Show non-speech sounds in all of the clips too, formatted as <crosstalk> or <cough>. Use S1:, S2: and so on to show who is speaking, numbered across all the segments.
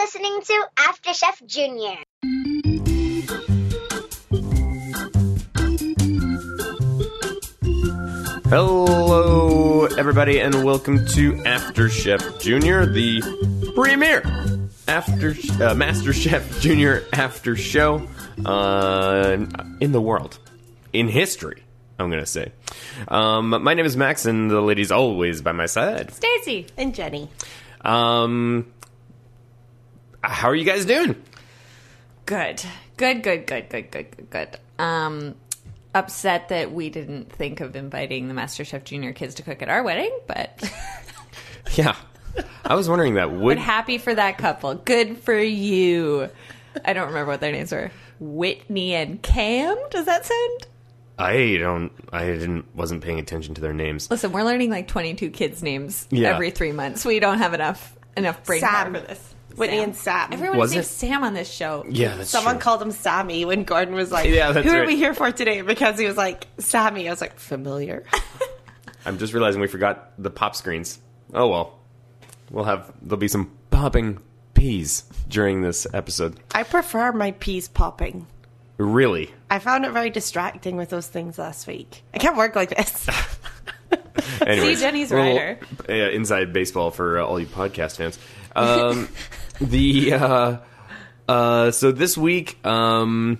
S1: listening to After Chef Junior.
S2: Hello, everybody, and welcome to After Chef Junior, the premiere After uh, Master Chef Junior after show uh, in the world, in history. I'm gonna say. Um, my name is Max, and the lady's always by my side.
S3: Stacy.
S4: And Jenny.
S2: Um, how are you guys doing?
S3: Good. Good, good, good, good, good, good, good. Um upset that we didn't think of inviting the MasterChef Junior kids to cook at our wedding,
S2: <laughs>
S3: but
S2: Yeah, I was wondering that.
S3: but
S2: Would
S3: happy for that couple. Good for you. I don't remember what their names were. Whitney and Cam, does that sound?
S2: I don't. I didn't. Wasn't paying attention to their names.
S3: Listen, we're learning like 22 kids names
S2: Yeah.
S3: every 3 months. We don't have enough enough brain
S4: Sam.
S3: power for this.
S4: Whitney
S3: Sam.
S4: and Sam.
S3: Everyone
S2: Was
S3: was named
S2: it?
S3: Sam on this show.
S2: Yeah, that's
S4: Someone
S2: true.
S4: called him Sammy when Gordon was like,
S2: Yeah, that's
S4: Who are
S2: right.
S4: we here for today? Because he was like, Sammy. I was
S3: <laughs>
S4: like, familiar.
S2: I'm just realizing we forgot the pop screens. Oh well. We'll have there'll be some popping peas during this episode.
S4: I prefer my peas popping.
S3: <laughs>
S2: Really?
S4: I found it very distracting with those things last week. I can't work
S2: <laughs>
S4: like this.
S2: Anyways,
S3: See, Jenny's
S2: a little,
S3: rider.
S2: Uh, inside baseball for uh, all you podcast fans. Um, <laughs> the uh, uh, so this week um,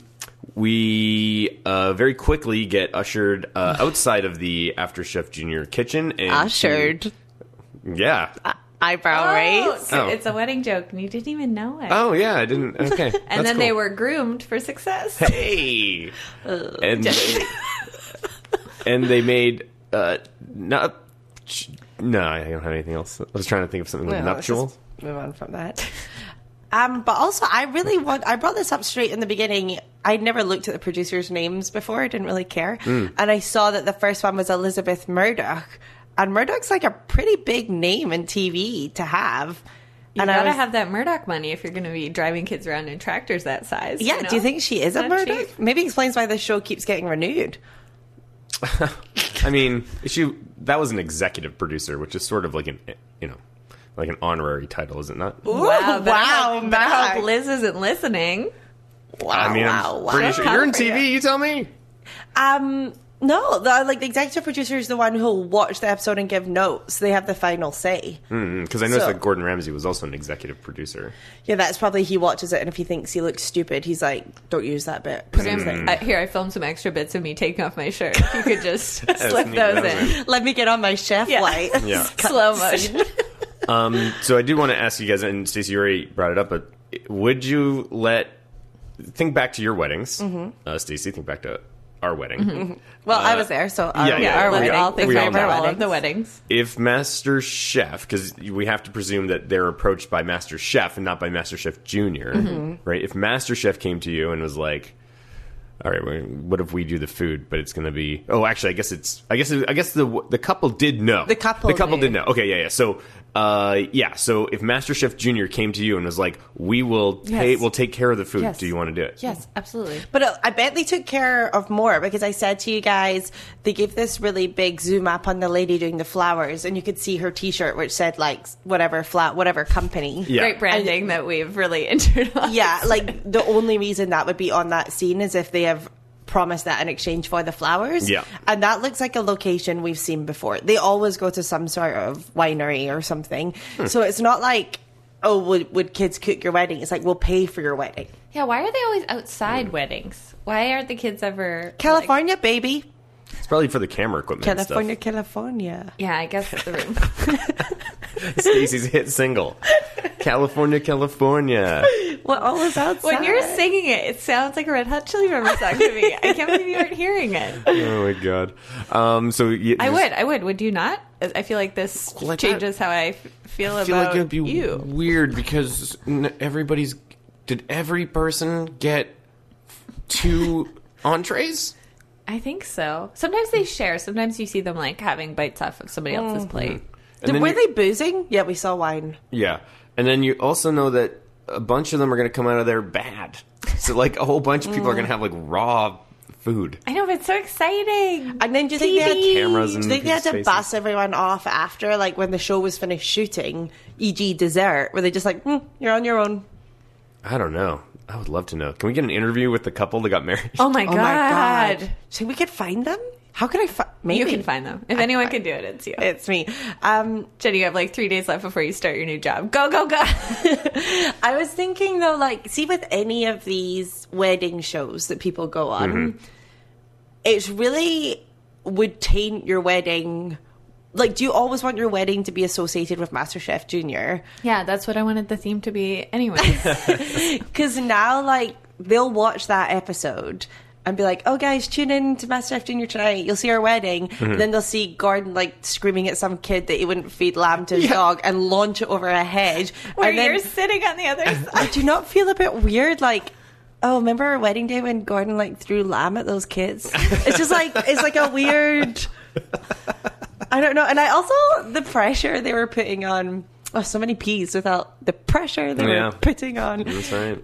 S2: we uh, very quickly get ushered uh, outside of the After Chef Junior kitchen and
S4: Ushered.
S2: yeah.
S4: Eyebrow
S3: Oh,
S4: raise.
S2: Oh.
S3: It's a wedding joke and you didn't even know it.
S2: Oh yeah, I didn't. Okay,
S3: <laughs> and then they were groomed for success.
S2: hey, and they,
S4: <laughs>
S2: and they made uh not no, I don't have anything else. I was trying to think of something like
S4: Well, let's
S2: nuptial.
S4: just Move on from that. <laughs> Um, but also, I really want. I brought this up straight in the beginning. I never looked at the producers' names before. I didn't really care,
S2: Hmm.
S4: and I saw that the first one was Elizabeth Murdoch, and Murdoch's like a pretty big name in TV to have.
S3: You
S4: and
S3: gotta
S4: was-
S3: have that Murdoch money if you're gonna be driving kids around in tractors that size.
S4: Yeah, do you
S3: know?
S4: think she is a
S3: Not
S4: Murdoch?
S3: cheap.
S4: Maybe explains why the show keeps getting renewed.
S2: I mean, she that was an executive producer, which is sort of like an you know like an honorary title, is it not?
S3: Wow,
S4: Ooh,
S3: but I hope- but I hope
S4: Max.
S3: Liz isn't listening.
S2: I mean,
S4: wow,
S2: I'm
S4: wow.
S2: pretty sure you're in
S3: Proud for
S2: TV. You. tell me.
S4: Um, no, the, like the executive producer is the one who'll watch the episode and give notes. They have the final say.
S2: Because I noticed
S4: So-
S2: that Gordon Ramsay was also an executive producer.
S4: Yeah, that's probably he watches it, and if he thinks he looks stupid, he's like, "Don't use that bit."
S3: Put him- I- Uh, here, I filmed some extra bits of me taking off my shirt. If you
S2: <laughs>
S3: could just slip
S2: sneak
S3: those
S2: those
S3: in.
S4: <laughs> Let me get on my chef
S3: Yeah.
S4: light.
S2: <laughs>
S4: <laughs>
S2: Yeah.
S3: Slow motion.
S2: Um, so I do want to ask you guys, and Stacey, you already brought it up, but would you let think back to your weddings, uh, Stacey? Think back to our wedding.
S4: Well, I was there, so our,
S2: yeah, yeah,
S4: our
S2: we
S4: wedding.
S2: all-
S3: I'll
S4: All
S3: think
S2: we
S3: about
S2: know.
S3: all of the weddings.
S2: If Master Chef, because we have to presume that they're approached by Master Chef and not by Master Chef junior right? If Master Chef came to you and was like, "All right, well, what if we do the food, but it's going to be oh, actually, I guess it's I guess it, I guess the the couple did know
S4: The couple
S2: the couple
S4: knew.
S2: did know. Okay, yeah, yeah. So, uh, yeah. So if Master Chef Junior came to you and was like, "We will pay,
S3: Yes.
S2: we'll take care of the food.
S3: Yes.
S2: Do you want to do it?"
S3: Yes, absolutely.
S4: But uh, I bet they took care of more because I said to you guys, they gave this really big zoom up on the lady doing the flowers, and you could see her T-shirt which said like whatever flat, whatever company.
S2: Yeah.
S3: Great branding that we've really <laughs> entered on.
S4: Yeah, like the only reason that would be on that scene is if they have promised that in exchange for the flowers.
S2: Yeah.
S4: And that looks like a location we've seen before. They always go to some sort of winery or something.
S2: Hmm.
S4: So it's not like, oh, would, would kids cook your wedding? It's like, we'll pay for your wedding.
S3: Yeah, why are they always outside weddings? Why aren't the kids ever like-
S4: California, baby.
S2: It's probably for the camera equipment. and stuff. <laughs>
S4: California, California.
S3: yeah, I guess it's the
S4: <laughs>
S3: room.
S2: Stacey's hit single, California, California.
S4: What all is outside?
S3: When you're singing it, it sounds like a Red Hot Chili Peppers song to me. I can't believe you aren't hearing it.
S2: Oh my god. Um, so y-
S3: I would, I would. Would you not? I feel like this
S2: Well, I-
S3: changes how I f- feel
S2: I feel
S3: about
S2: like it'd be
S3: you.
S2: weird because n- everybody's. Did every person get two entrees?
S3: I think so. Sometimes they share. Sometimes you see them like having bites off of somebody else's plate.
S2: And then
S4: Were
S2: you-
S4: they boozing? Yeah, we saw wine.
S2: Yeah, and then you also know that a bunch of them are going to come out of there bad. So like a whole bunch of people are going to have like raw food.
S3: I know, but it's so exciting.
S4: And then do you think they had
S3: TV.
S2: Cameras
S4: Do
S2: and
S4: you think they had to
S2: people's faces.
S4: bus everyone off e after, like when the show was finished shooting, e.g., dessert? Were they just like, "Hmm, "You're on your own"?
S2: I don't know. I would love to know. Can we get an interview with the couple that got married?
S3: Oh my
S4: Oh
S3: god.
S4: my god! So we could find them. How could I find? Maybe
S3: You can find them. If anyone can do it, it's you.
S4: It's me. Um,
S3: Jenny, you have like three days left before you start your new job. Go, go, go.
S4: I was thinking though, like, see, with any of these wedding shows that people go on,
S2: Mm-hmm.
S4: it's really would taint your wedding. Like, do you always want your wedding to be associated with MasterChef Junior?
S3: yeah, that's what I wanted the theme to be anyway.
S4: Because now, like, they'll watch that episode and be like, "Oh, guys, tune in to MasterChef Junior tonight. You'll see our wedding." Then they'll see Gordon like screaming at some kid that he wouldn't feed lamb to his dog and launch it over a hedge.
S3: Where
S4: and then-
S3: you're sitting on <laughs> the other side.
S4: I do not feel a bit weird like oh remember our wedding day when Gordon like threw lamb at those kids it's just like it's like a weird I don't know and I also the pressure they were putting on oh so many peas without the pressure they
S2: Yeah.
S4: were putting on
S2: <laughs> That's right.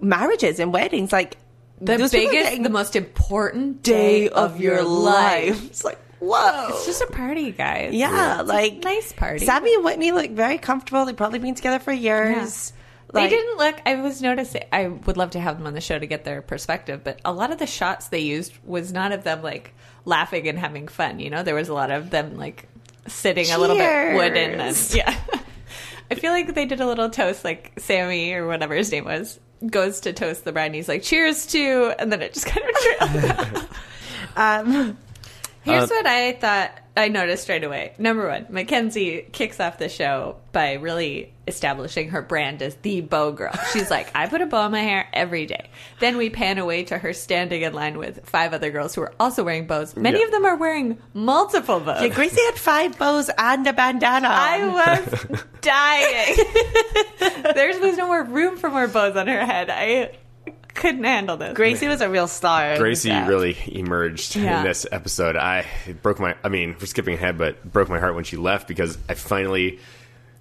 S4: marriages and weddings like
S3: The
S4: those people are
S3: biggest,
S4: getting
S3: the most important
S4: day of your life it's like whoa
S3: It's just a party, guys.
S4: yeah like
S3: nice party.
S4: Sammy and Whitney look very comfortable they've probably been together for years
S3: They
S4: Like-
S3: didn't look. I was noticing. I would love to have them on the show to get their perspective, but a lot of the shots they used was not of them like laughing and having fun. You know, there was a lot of them like sitting a little bit wooden. And, <laughs>
S4: Cheers.
S3: yeah, I feel like they did a little toast, like Sammy or whatever his name was goes to toast the bride, and he's like, "Cheers to," and then it just kind of <laughs> trailed.
S4: um
S3: Here's what I thought I noticed right away. Number one, Mackenzie kicks off the show by really establishing her brand as the bow girl. She's like, I put a bow in my hair every day. Then we pan away to her standing in line with five other girls who are also wearing bows. Many
S2: Yeah.
S3: of them are wearing multiple bows.
S4: Yeah, Gracie had five bows and a bandana.
S3: I was dying. There's was no more room for more bows on her head. I couldn't handle this.
S4: Gracie was a real star. in
S2: Gracie
S4: that.
S2: really emerged
S3: Yeah.
S2: in this episode. I it broke my. I mean, we're skipping ahead, but it broke my heart when she left because I finally.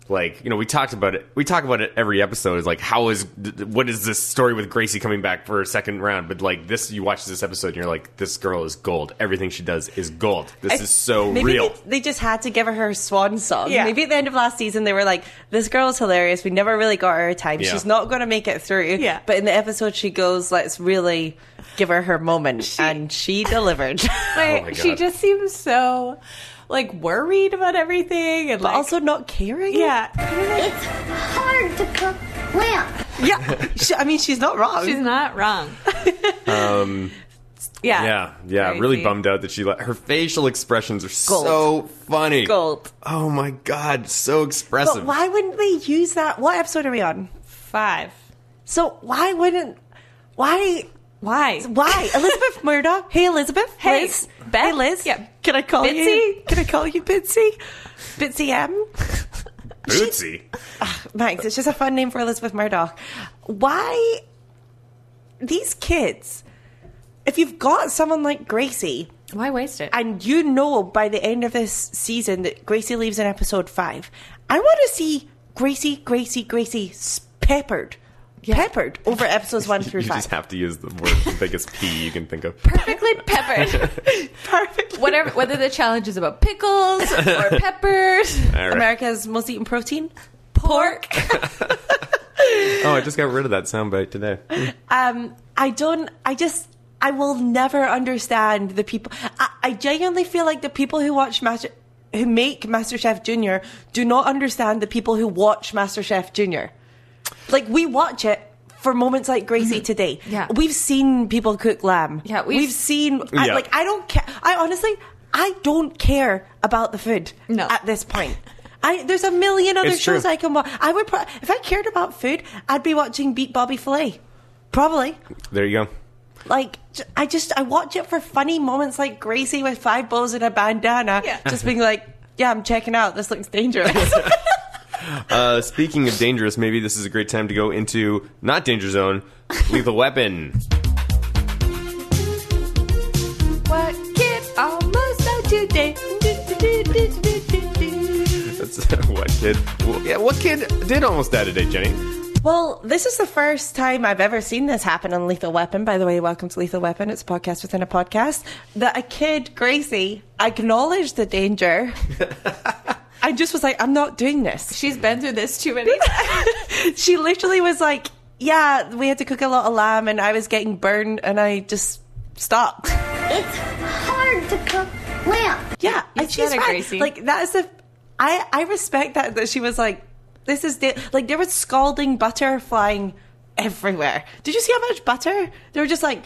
S2: Like you know, we talked about it. We talk about it every episode. Is like, how is what is this story with Gracie coming back for a second round? But like this, you watch this episode, and you're like, this girl is gold. Everything she does is gold. This
S4: I-
S2: is so
S4: Maybe
S2: real.
S4: They, they just had to give her her swan song.
S3: Yeah.
S4: Maybe at the end of last season, they were like, "This girl's hilarious. We never really got her a time.
S2: Yeah.
S4: She's not going to make it through."
S3: Yeah.
S4: But in the episode, she goes, "Let's really give her her moment," and she <laughs> delivered.
S3: Like,
S2: my
S3: she
S2: God.
S3: just seems so like worried about everything and
S4: but
S3: like,
S4: also not caring.
S3: yeah.
S1: It's hard to cook lamb.
S4: yeah. She, I mean, she's not wrong.
S3: She's not wrong.
S2: <laughs>
S3: um, yeah,
S2: Um, yeah, yeah.
S3: Crazy.
S2: Really bummed out that she left. Her facial expressions are so funny.
S4: gold.
S2: Oh my god, so expressive.
S4: But why wouldn't they use that? What episode are we on?
S3: Five.
S4: So why wouldn't? Why
S3: Why? <laughs>
S4: Why? Elizabeth Murdoch? Hey, Elizabeth.
S3: Hey,
S4: Liz.
S3: Beth.
S4: Hey, Liz.
S3: Yeah.
S4: Can I call you?
S3: Bitsy?
S4: Can I call you Bitsy? Bitsy M?
S2: Bootsy?
S4: Thanks. It's just a fun name for Elizabeth Murdoch. Why? These kids, if you've got someone like Gracie,
S3: Why waste it?
S4: and you know by the end of this season that Gracie leaves in episode five, I want to see Gracie, Gracie, Gracie s- peppered. Peppered over episodes <laughs> one through
S2: you
S4: five.
S2: just have to use the word the biggest P you can think of. <laughs>
S3: Perfectly peppered.
S4: Perfectly.
S3: Whatever. Whether the challenge is about pickles or
S2: <laughs>
S3: peppers,
S2: All right.
S4: America's most eaten protein.
S3: pork.
S2: Oh, I just got rid of that soundbite today.
S4: um, I don't. I just. I will never understand the people. I, I genuinely feel like the people who watch Master, who make MasterChef Junior, do not understand the people who watch MasterChef Junior. Like we watch it for moments like Gracie today.
S3: Mm-hmm. Yeah.
S4: we've seen people cook lamb.
S3: Yeah,
S4: we've,
S3: we've-
S4: seen. I,
S2: Yeah.
S4: Like I don't care. I honestly, I don't care about the food.
S3: No.
S4: at this point. I, there's a million other
S2: It's
S4: shows
S2: true.
S4: I can watch. I would, pro- if I cared about food, I'd be watching Beat Bobby Flay. Probably.
S2: There you go.
S4: Like, j- I just, I watch it for funny moments like Gracie with five bows and a bandana,
S3: Yeah.
S4: just being like, yeah, I'm checking out. This looks dangerous. <laughs>
S2: Uh, speaking of dangerous, maybe this is a great time to go into not danger zone, lethal weapon.
S3: <laughs> What kid almost out today? Do, do, do, do, do, do, do.
S2: That's <laughs> what kid. well, Yeah, what kid did almost die today, Jenny?
S4: well, this is the first time I've ever seen this happen on Lethal Weapon. By the way, welcome to Lethal Weapon. It's a podcast within a podcast. That a kid, Gracie, acknowledged the danger. I just was like, I'm not doing this. <laughs>
S3: She's been through this too many times.
S4: she literally was like, yeah, we had to cook a lot of lamb and I was getting burned and I just stopped.
S1: It's hard to cook lamb.
S4: Yeah,
S3: You said
S4: and she's
S3: it,
S4: right.
S3: Gracie.
S4: Like that is the I I respect that that she was like this is the like there was scalding butter flying everywhere. Did you see how much butter? They were just like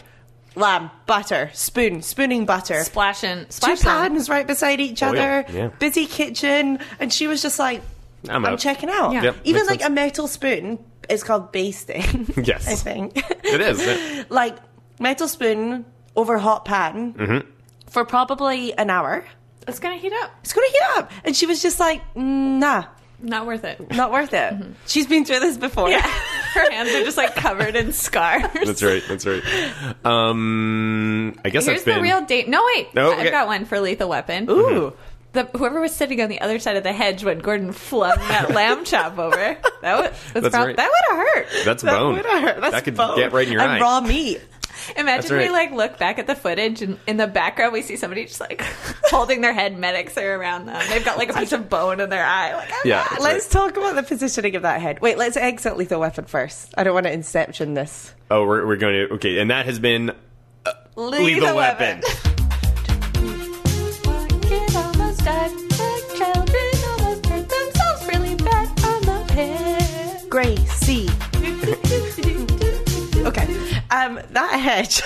S4: lamb butter spoon spooning butter.
S3: <laughs> Splashing,
S4: Two
S3: splashing.
S4: pans right beside each
S2: Oh, yeah,
S4: other.
S2: yeah.
S4: Busy kitchen, and she was just like,
S2: I'm
S4: "I'm,
S2: out.
S4: checking out."
S3: Yeah. Yep,
S4: Even
S2: makes
S4: like
S2: sense.
S4: a metal spoon is called basting. <laughs>
S2: Yes.
S4: I think
S2: It is, yeah.
S4: like metal spoon over hot pan
S2: Mm-hmm.
S4: for probably an hour
S3: It's gonna heat up.
S4: it's gonna heat up. And she was just like, "Mm, nah,
S3: Not worth <laughs> it.
S4: not worth it.
S2: Mm-hmm.
S4: She's been through this before. <laughs>
S3: Her hands are just like covered in scars.
S2: <laughs> That's right. That's right. Um, I guess
S3: Here's
S2: that's been
S3: the real date. No, wait.
S2: No, okay.
S3: I've got one for Lethal Weapon.
S4: Ooh.
S3: The, whoever was sitting on the other side of the hedge when Gordon
S2: <laughs>
S3: flung that lamb chop over. That would, that's
S2: That's
S3: prob-
S2: right.
S3: That would have hurt.
S4: <laughs>
S2: That's a
S4: That
S2: mm-hmm. bone.
S4: would hurt. That's
S2: that could
S4: bone.
S2: get right in your
S4: and
S2: eye.
S4: raw meat.
S3: Imagine
S2: That's
S3: we
S2: right.
S3: like look back at the footage and in the background we see somebody just like <laughs> holding their head. Medics are around them. They've got like a piece of bone in their eye. Like, ah.
S2: Yeah. that's
S4: Let's
S2: right.
S4: talk about the positioning of that head. Wait, let's exit Lethal Weapon first. I don't want to inception this.
S2: Oh, we're, we're going to. Okay, and that has been uh,
S3: Lethal,
S2: Lethal Weapon.
S3: Kid almost died. Black children almost hurt themselves really bad on the pit.
S4: Gracie. Okay. Um, that hedge.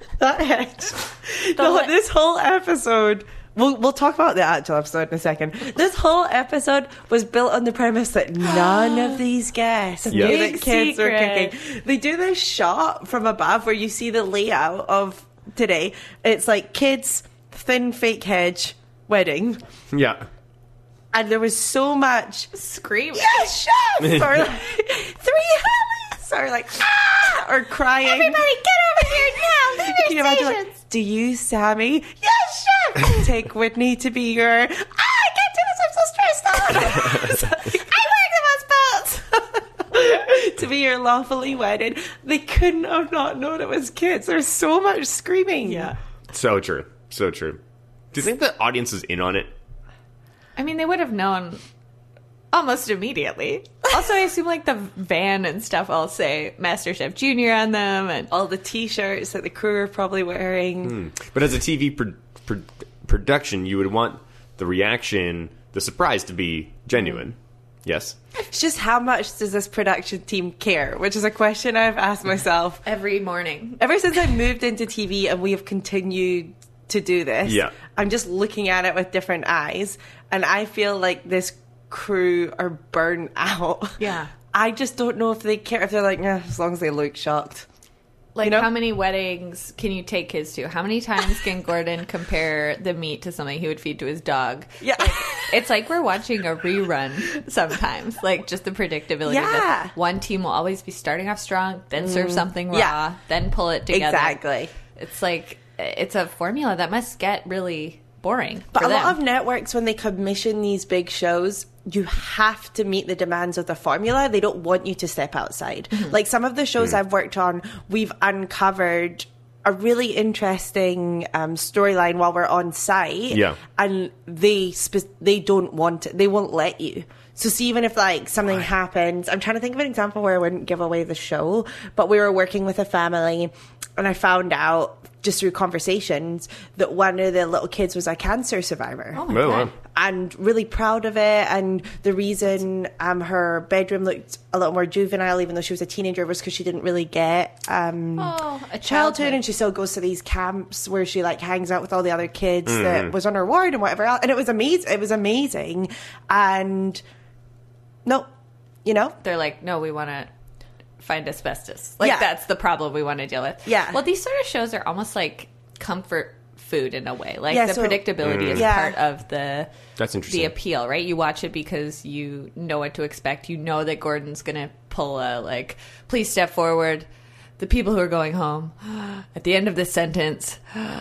S3: <laughs>
S4: that hedge.
S3: The
S4: No,
S3: what?
S4: this whole episode. We'll, we'll talk about the actual episode in a second. This whole episode was built on the premise that none
S3: <gasps>
S4: of these guests
S2: Yeah.
S4: knew
S3: Big
S4: that kids
S3: secret.
S4: were cooking. They do this shot from above where you see the layout of today. It's like kids, thin fake hedge, wedding.
S2: <laughs> Yeah.
S4: And there was so much
S3: <laughs> Scream.
S4: <laughs> yes, chef! Or like, three hellies! Or like, ah! Or crying.
S3: Everybody get over here now. Leave
S4: Can you
S3: your
S4: imagine,
S3: stations.
S4: like, do you, Sammy? Yes, <laughs> chef! Take Whitney to be your, ah, I can't do <laughs> this, I'm so stressed out! It's like, I work the most parts! <laughs> to be your lawfully wedded. They couldn't have not known it was kids. There's so much screaming. Yeah.
S2: So true. So true. Do you think the audience is in on it?
S3: I mean, they would have known almost immediately. Also, I assume like the van and stuff all say Master Chef Junior on them, and
S4: All the t-shirts that the crew are probably wearing.
S2: But as a TV pro- pro- production, you would want the reaction, the surprise to be genuine. Yes.
S4: It's just how much does this production team care? Which is a question I've asked myself
S3: every morning.
S4: ever since I moved into TV and we have continued to do this.
S2: Yeah.
S4: I'm just looking at it with different eyes and I feel like this crew are burnt <laughs> out.
S3: Yeah.
S4: I just don't know if they care if they're like, "Nah, as long as they look shocked.
S3: Like,
S4: You know?
S3: how many weddings can you take kids to? How many times
S4: <laughs>
S3: can Gordon compare the meat to something he would feed to his dog?
S4: Yeah.
S3: It's like we're watching a rerun sometimes. Like just the predictability.
S4: Yeah. Mm.
S3: That one team will always be starting off strong, then serve something raw,
S4: Yeah.
S3: then pull it together.
S4: exactly.
S3: It's like it's a formula that must get really boring.
S4: But
S3: for
S4: a lot
S3: them.
S4: of networks, when they commission these big shows, you have to meet the demands of the formula. They don't want you to step outside.
S3: Mm-hmm.
S4: Like some of the shows I've worked on, we've uncovered a really interesting um, storyline while we're on site.
S2: Yeah.
S4: and they spe- they don't want it. They won't let you. So see, even if like something happens, I'm trying to think of an example where I wouldn't give away the show, but we were working with a family, and I found out just through conversations that one of the little kids was a cancer survivor
S3: Oh my
S2: Oh,
S3: God.
S2: wow.
S4: and really proud of it. And the reason um, her bedroom looked a little more juvenile, even though she was a teenager, was because she didn't really get um,
S3: Oh, a
S4: childhood,
S3: childhood.
S4: and she still goes to these camps where she like hangs out with all the other kids that was on her ward and whatever else. And it was amazing. It was amazing, and no, you know,
S3: They're like, no, we want to find asbestos. Like
S4: Yeah.
S3: that's the problem we want to deal with.
S4: Yeah.
S3: Well, these sort of shows are almost like comfort food in a way. Like
S4: Yeah,
S3: the
S4: so- Mm.
S3: predictability is
S4: Yeah.
S3: part of the
S2: That's interesting. <laughs>
S3: the appeal, right? You watch it because you know what to expect. You know that Gordon's going to pull a like, please step forward. The people who are going home <gasps> at the end of this sentence. <gasps>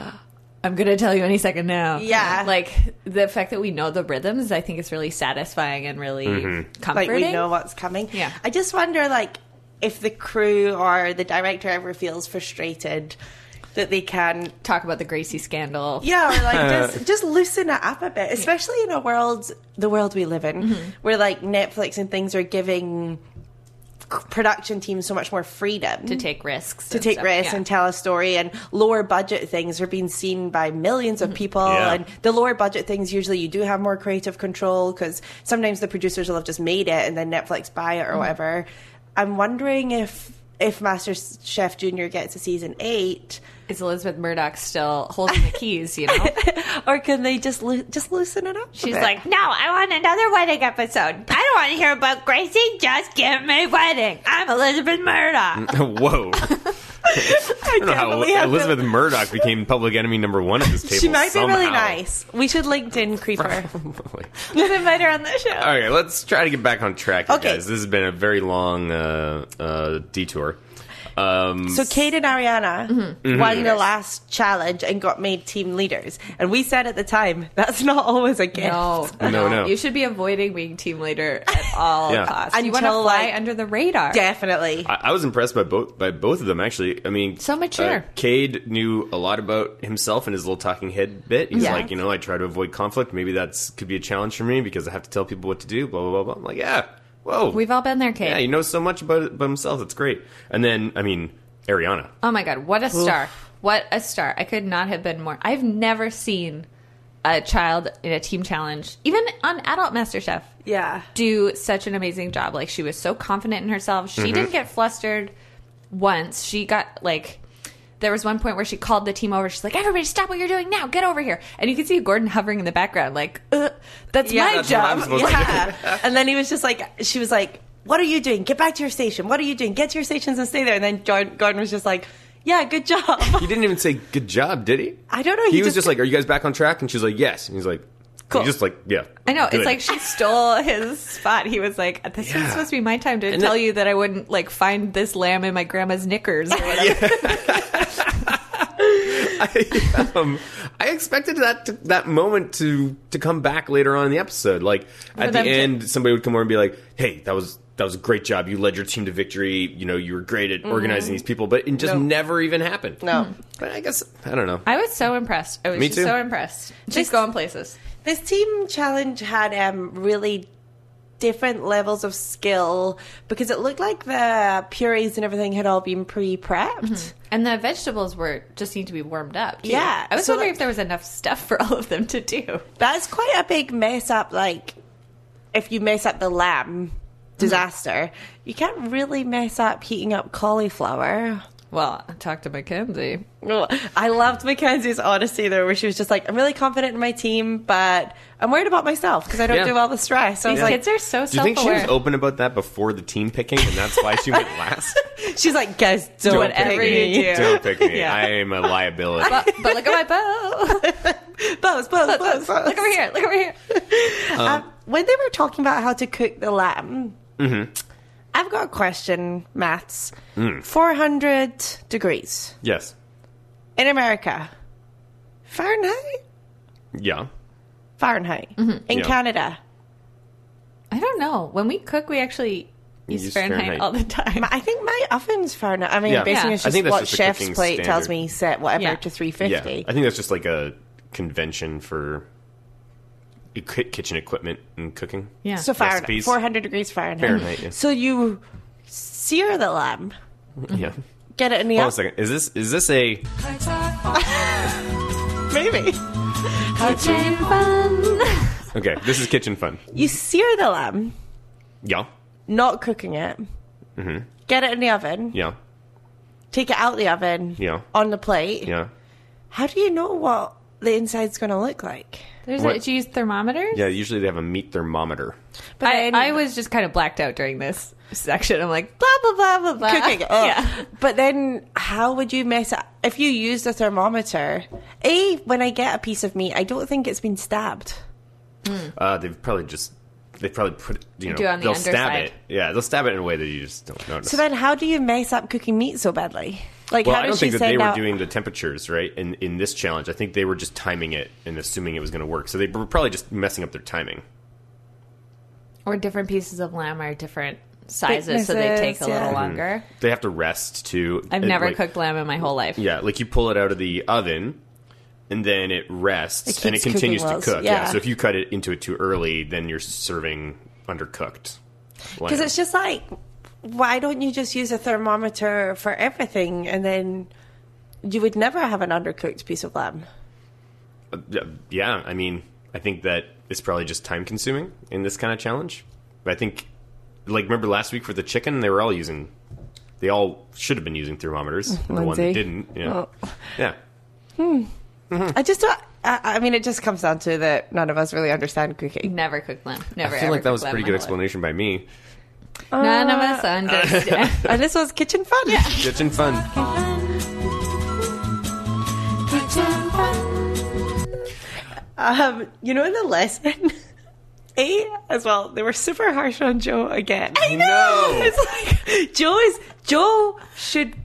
S3: I'm gonna tell you any second now.
S4: Yeah.
S3: like the fact that we know the rhythms, I think is really satisfying and really
S4: Mm-hmm. like
S3: comforting.
S4: we know what's coming.
S3: Yeah.
S4: I just wonder like if the crew or the director ever feels frustrated that they can't
S3: talk about the Gracie scandal.
S4: Yeah, or like just just loosen it up a bit, especially in a world the world we live in, where like Netflix and things are giving production team so much more freedom
S3: to take risks.
S4: to take risks and
S3: tell
S4: tell a story and lower budget things are being seen by millions
S3: Mm-hmm.
S4: of people
S2: Yeah.
S4: and the lower budget things usually you do have more creative control because sometimes the producers will have just made it and then netflix buy it or
S3: Mm-hmm.
S4: whatever i'm wondering if if master chef junior gets a season eight
S3: is Elizabeth Murdoch still holding the keys? You
S4: <laughs>
S3: know,
S4: or can they just loo- just loosen it up a
S3: she's
S4: bit?
S3: like, no, I want another wedding episode. I don't want to hear about Gracie. Just give me wedding. I'm Elizabeth Murdoch.
S4: <laughs>
S2: Whoa. <laughs> I don't know how
S4: definitely have
S2: Elizabeth Murdoch became public enemy number one
S4: <laughs>
S2: at this table.
S4: she might
S2: somehow.
S4: be really nice we should linkedin <laughs> creeper
S3: Let's invite her on the
S2: <laughs>
S3: show.
S2: All right, let's try to get back on track, you
S4: Okay.
S2: guys. This has been a very long uh, uh, detour. Um,
S4: So Kate and Ariana won the last challenge and got made team leaders. And we said at the time, <laughs> that's not always a gift.
S3: No,
S2: No, no.
S3: You should be avoiding being team leader
S2: <laughs>
S3: at all
S2: Yeah.
S3: costs. you want to fly
S4: Until, like-
S3: under the radar.
S4: Definitely.
S2: I, I was impressed by both by both of them actually. I mean, uh,
S3: So mature.
S2: Cade knew a lot about himself and his little talking head bit. He's
S3: Yeah.
S2: like, you know, I try to avoid conflict. Maybe that's could be a challenge for me because I have to tell people what to do. Blah blah blah. blah. I'm like, yeah, whoa,
S3: We've all been there, Kate.
S2: yeah, he knows so much about about himself. It's great. And then, I mean, Ariana.
S3: Oh my god, what a star. What a star. I could not have been more. I've never seen a child in a team challenge, even on Adult MasterChef,
S4: yeah.
S3: do such an amazing job. Like she was so confident in herself.
S2: Mm-hmm.
S3: She didn't get flustered once. She got like there was one point where she called the team over. She's like, "Everybody, stop what you're doing now. Get over here." And you could see Gordon hovering in the background, like, "Uh, "That's
S4: Yeah,
S3: my
S4: that's
S2: what I'm
S3: job."
S2: supposed to
S4: Yeah. <laughs> and then he was just like, she was like, what are you doing? Get back to your station. What are you doing? Get to your stations and stay there. And then Jordan, Gordon was just like, yeah, good job.
S2: He didn't even say good job, did he?
S4: I don't know,
S2: He,
S4: he
S2: was just,
S4: just-
S2: like, "Are you guys back on track?" And she's like, "Yes." And he's like,
S4: Cool.
S2: He's just like, yeah.
S3: I know.
S2: good."
S3: It's like she stole his spot. He was like, "This
S2: Yeah.
S3: is supposed to be my time to
S2: And
S3: tell
S2: then-
S3: you that I wouldn't like find this lamb in my grandma's
S2: <laughs>
S3: knickers." Or whatever.
S2: I, um, I expected that to, that moment to to come back later on in the episode. Like at the
S3: them to-
S2: end, somebody would come over and be like, "Hey, that was that was a great job. You led your team to victory. You know, you were great
S3: Mm-hmm.
S2: at organizing these people." But it just
S4: No.
S2: never even happened.
S4: No.
S2: But I guess I don't know.
S3: I was so impressed. I was
S2: Me
S3: just
S2: too.
S3: so impressed. She's going places.
S4: This team challenge had um, really different levels of skill because it looked like the purees and everything had all been pre-prepped.
S3: And the vegetables were just need to be warmed up. too.
S4: Yeah.
S3: I was
S4: So,
S3: wondering
S4: like-
S3: if there was enough stuff for all of them to do.
S4: That's quite a big mess up. Like, if you mess up the lamb
S2: Mm-hmm.
S4: disaster, you can't really mess up heating up cauliflower.
S3: Well, I talked to Mackenzie.
S4: Ugh. I loved Mackenzie's honesty though, where she was just like, "I'm really confident in my team, but I'm worried about myself because I don't
S2: Yeah.
S4: do well with stress." So I was
S3: These
S4: like,
S3: kids are so
S2: Do you think she was
S3: self-aware.
S2: open about that before the team picking, and that's why
S3: <laughs>
S2: she went last?
S4: "She's like, guys, do
S2: Don't
S4: whatever
S2: pick me.
S4: you do."
S2: Don't pick me.
S3: <laughs> Yeah.
S2: I am a liability.
S3: but, but look at my bow.
S4: <laughs> Buzz,
S3: <laughs>
S4: buzz,
S3: Look
S4: buzz, buzz.
S3: over here. Look over here.
S2: Uh-huh.
S4: Um, when they were talking about how to cook the lamb,
S2: Mm-hmm.
S4: I've got a question, maths.
S2: Mm.
S4: 400 degrees
S2: yes.
S4: in America. Fahrenheit?
S2: Yeah.
S4: Fahrenheit. In
S3: Mm-hmm.
S2: Yeah.
S4: Canada.
S3: I don't know. When we cook, we actually use,
S2: use
S3: Fahrenheit,
S2: Fahrenheit.
S3: all the time.
S4: I think my oven's Fahrenheit. I mean,
S2: Yeah.
S4: basically,
S3: Yeah.
S4: it's
S2: I
S4: just
S2: think that's
S4: what
S2: just the
S4: chef's
S2: cooking
S4: plate tells
S2: standard.
S4: me set whatever
S3: Yeah.
S4: to
S2: Yeah.
S4: 350.
S2: I think that's just like a convention for e- ki- kitchen equipment and cooking.
S3: <laughs> yeah.
S4: So Fahrenheit.
S2: Recipes.
S4: 400 degrees Fahrenheit.
S2: Fahrenheit, yeah.
S4: So you sear the lamb,
S2: Yeah.
S4: get it in the
S2: Hold on a
S4: oven.
S2: second. Is this is this a
S4: Maybe.
S2: okay? This is kitchen fun.
S4: You sear the lamb,
S2: Yeah,
S4: not cooking it,
S2: Mm-hmm.
S4: get it in the oven.
S2: yeah,
S4: take it out the oven
S2: Yeah.
S4: on the plate.
S2: yeah,
S4: How do you know what the inside's going to look like?
S3: There's
S2: What-
S3: a, do you use thermometers?
S2: yeah. Usually they have a meat thermometer.
S4: But
S3: I,
S4: then-
S3: I was just kind of blacked out during this section. I'm like, blah, blah, blah, blah, blah.
S4: cooking it.
S3: <laughs>
S4: Oh.
S3: Yeah.
S4: But then how would you mess up if you used a thermometer? A, when I get a piece of meat, I don't think it's been stabbed.
S2: Uh, they've probably just they probably put you know
S3: Do it on the
S2: they'll stab
S3: underside.
S2: it. Yeah, they'll stab it in a way that you just don't notice.
S4: So then how do you mess up cooking meat so badly? Like
S2: well, I
S4: how
S2: don't
S4: does she
S2: think that they
S4: send
S2: were
S4: out
S2: doing the temperatures right in in this challenge. I think they were just timing it and assuming it was going to work. So they were probably just messing up their timing.
S3: Or different pieces of lamb are different sizes, so they
S4: Thicknesses,
S3: take a little
S2: Mm-hmm.
S4: yeah.
S3: longer.
S2: They have to rest too.
S3: I've
S2: Uh,
S3: never
S2: like-
S3: cooked lamb in my whole life.
S2: Yeah, like you pull it out of the oven and then it rests
S4: It
S2: and it
S4: keeps cooking
S2: continues
S4: while
S2: to
S4: it's-
S2: cook. Yeah.
S4: yeah.
S2: So if you cut it into it too early, then you're serving undercooked.
S4: Because it's just like why don't you just use a thermometer for everything and then you would never have an undercooked piece of lamb?
S2: Uh, yeah, yeah, I mean, I think that it's probably just time consuming in this kind of challenge. But I think, like, remember last week for the chicken, they were all using, they all should have been using thermometers. and the one
S4: Mm-hmm. Lindsay.
S2: that didn't, you know. yeah.
S4: I just don't. I, I mean, it just comes down to that none of us really understand cooking.
S3: Never cooked lamb. Never.
S2: I feel
S3: ever
S2: like that was a
S3: cooked
S2: pretty
S3: lamb
S2: good
S3: in my life.
S2: explanation by me.
S3: None of us understand.
S2: <laughs>
S4: And this was kitchen fun. Yeah.
S2: Kitchen fun.
S4: Um, you know, in the lesson, <laughs> A as well, they were super harsh on Joe again. I
S2: No.
S4: <laughs> It's like Joe is Joe should